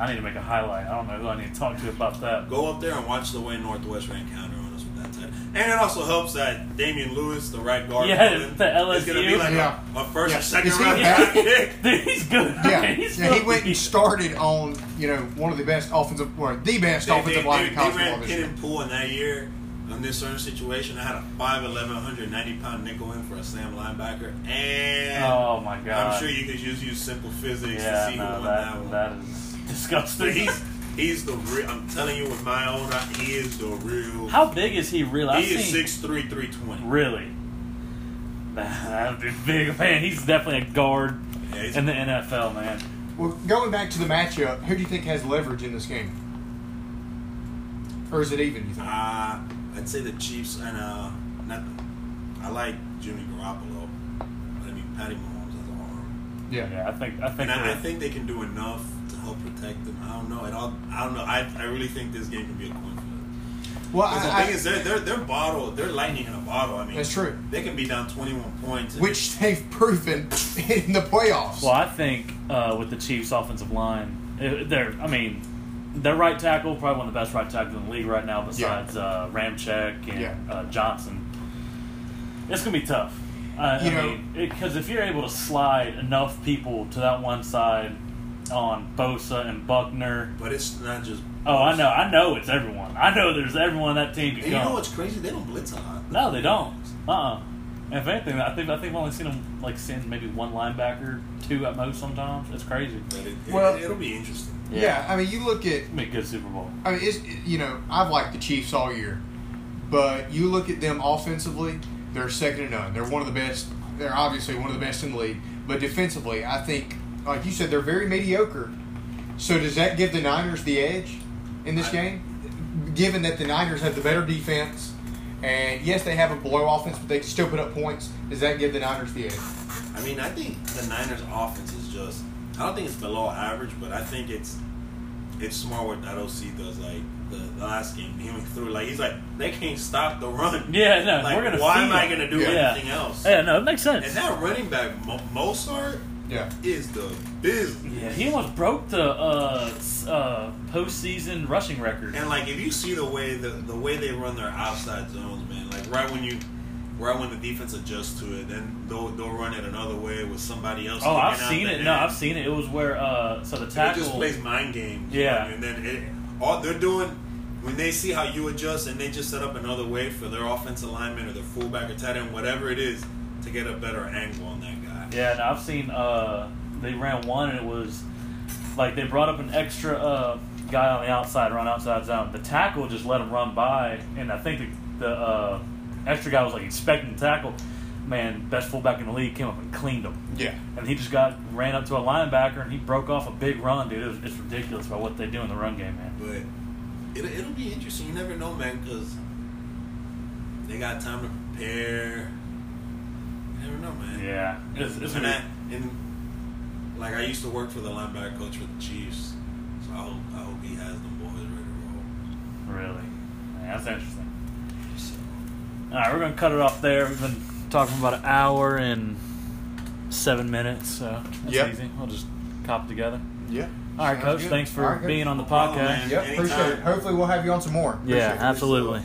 I need to make a highlight. I don't know who I need to talk to about that. Go up there and watch the way Northwest ran counter on us with that tight. end. And it also helps that Damian Lewis, the right guard, Yeah, for them, the is gonna be LSU. like a- Yeah. a, first Yeah. or second Is he round back? pick. Dude, he's good. Yeah, He's yeah, he good. went and started on you know one of the best offensive, or the best They, they, offensive line they, in they college football ran this pin year. and pull in that year. On this certain situation, I had a 5'11", 190 pound nickel in for a Sam linebacker, and Oh my god. I'm sure you could just use simple physics yeah, to see no, who won that, that, one. that is disgusting. But he's he's the real. I'm telling you, with my own, eye, he is the real. How big is he really? I've he is seen- six three three twenty. Really? Nah, That'd be big, man. He's definitely a guard Yeah, he's- in the NFL, man. Well, going back to the matchup, who do you think has leverage in this game? Or is it even, you think? Uh, I'd say the Chiefs and uh, not, I like Jimmy Garoppolo. but I mean Patty Mahomes has an arm, yeah. Yeah, I think I think and I, I that- think they can do enough to help protect them. I don't know. It all, I don't know. I, I really think this game can be a coin flip. Well, 'Cause I, the thing I, is, they're they're they're bottle. They're lightning in a bottle. I mean, That's true. They can be down twenty one points. and which they've proven in the playoffs. Well, I think uh, with the Chiefs' offensive line, eh, they're I mean, their right tackle probably one of the best right tackles in the league right now, besides uh, Ramchek and Yeah. uh, Johnson. It's gonna be tough. I, You I know- mean, because if you're able to slide enough people to that one side on Bosa and Buckner, But it's not just. oh, I know, I know it's everyone. I know there's everyone on that team And could you go. know what's crazy? They don't blitz a lot. No, they don't. Uh. uh If anything, I think I think I've only seen them like send maybe one linebacker, two at most. Sometimes it's crazy. But it, it, Well- it'll be interesting. yeah. I mean, you look at, It'd be a good Super Bowl. I mean, it's, you know, I've liked the Chiefs all year, but you look at them offensively, they're second to none. They're one of the best, they're obviously one of the best in the league, but defensively, I think, like you said, they're very mediocre. So does that give the Niners the edge in this I- game? Given that the Niners have the better defense, and yes, they have a below offense, but they can still put up points, does that give the Niners the edge? I mean, I think the Niners' offense is just. I don't think it's below average, but I think it's it's smart what that OC does. Like the, the last game, he went through. Like he's like, they can't stop the run. Yeah, no, Like, we're gonna. why feed am I them. gonna do Yeah. anything else? Yeah, no, it makes sense. And that running back Mo- Mozart Yeah. is the business. yeah, he almost broke the uh, s- uh, postseason rushing record. And like, if you see the way the the way they run their outside zones, man, like right when you. Right when the defense adjusts to it, then they'll, they'll run it another way with somebody else. Oh, I've sticking out seen the it. No, end. I've seen it. It was where uh, so the It tackle. just plays mind games. you Yeah. know, And then it, all they're doing when they see how you adjust and they just set up another way for their offensive lineman or their fullback or tight end, whatever it is, to get a better angle on that guy. Yeah, no, I've seen uh, they ran one and it was like they brought up an extra uh, guy on the outside, run outside zone. The tackle just let him run by, and I think the, the uh, extra guy was like expecting the tackle. Man, best fullback in the league came up and cleaned him, Yeah. and he just got ran up to a linebacker and he broke off a big run, dude. It was, it's ridiculous about what they do in the run game, man. But it, it'll be interesting. You never know, man, because they got time to prepare. You never know, man. Yeah, it's, it's and, gonna I, be- and like I used to work for the linebacker coach for the Chiefs, so I hope, I hope he has them boys ready to really. Man, that's interesting. roll. So. All right, we're gonna cut it off there. We've been talking about an hour and seven minutes, so that's Yep. easy. We'll just cop together. Yeah. All right, Sounds Coach. good. Thanks for All right, good. being on the problem, podcast. man. Yep, Anytime. appreciate it. Hopefully, we'll have you on some more. yeah, Appreciate it. absolutely.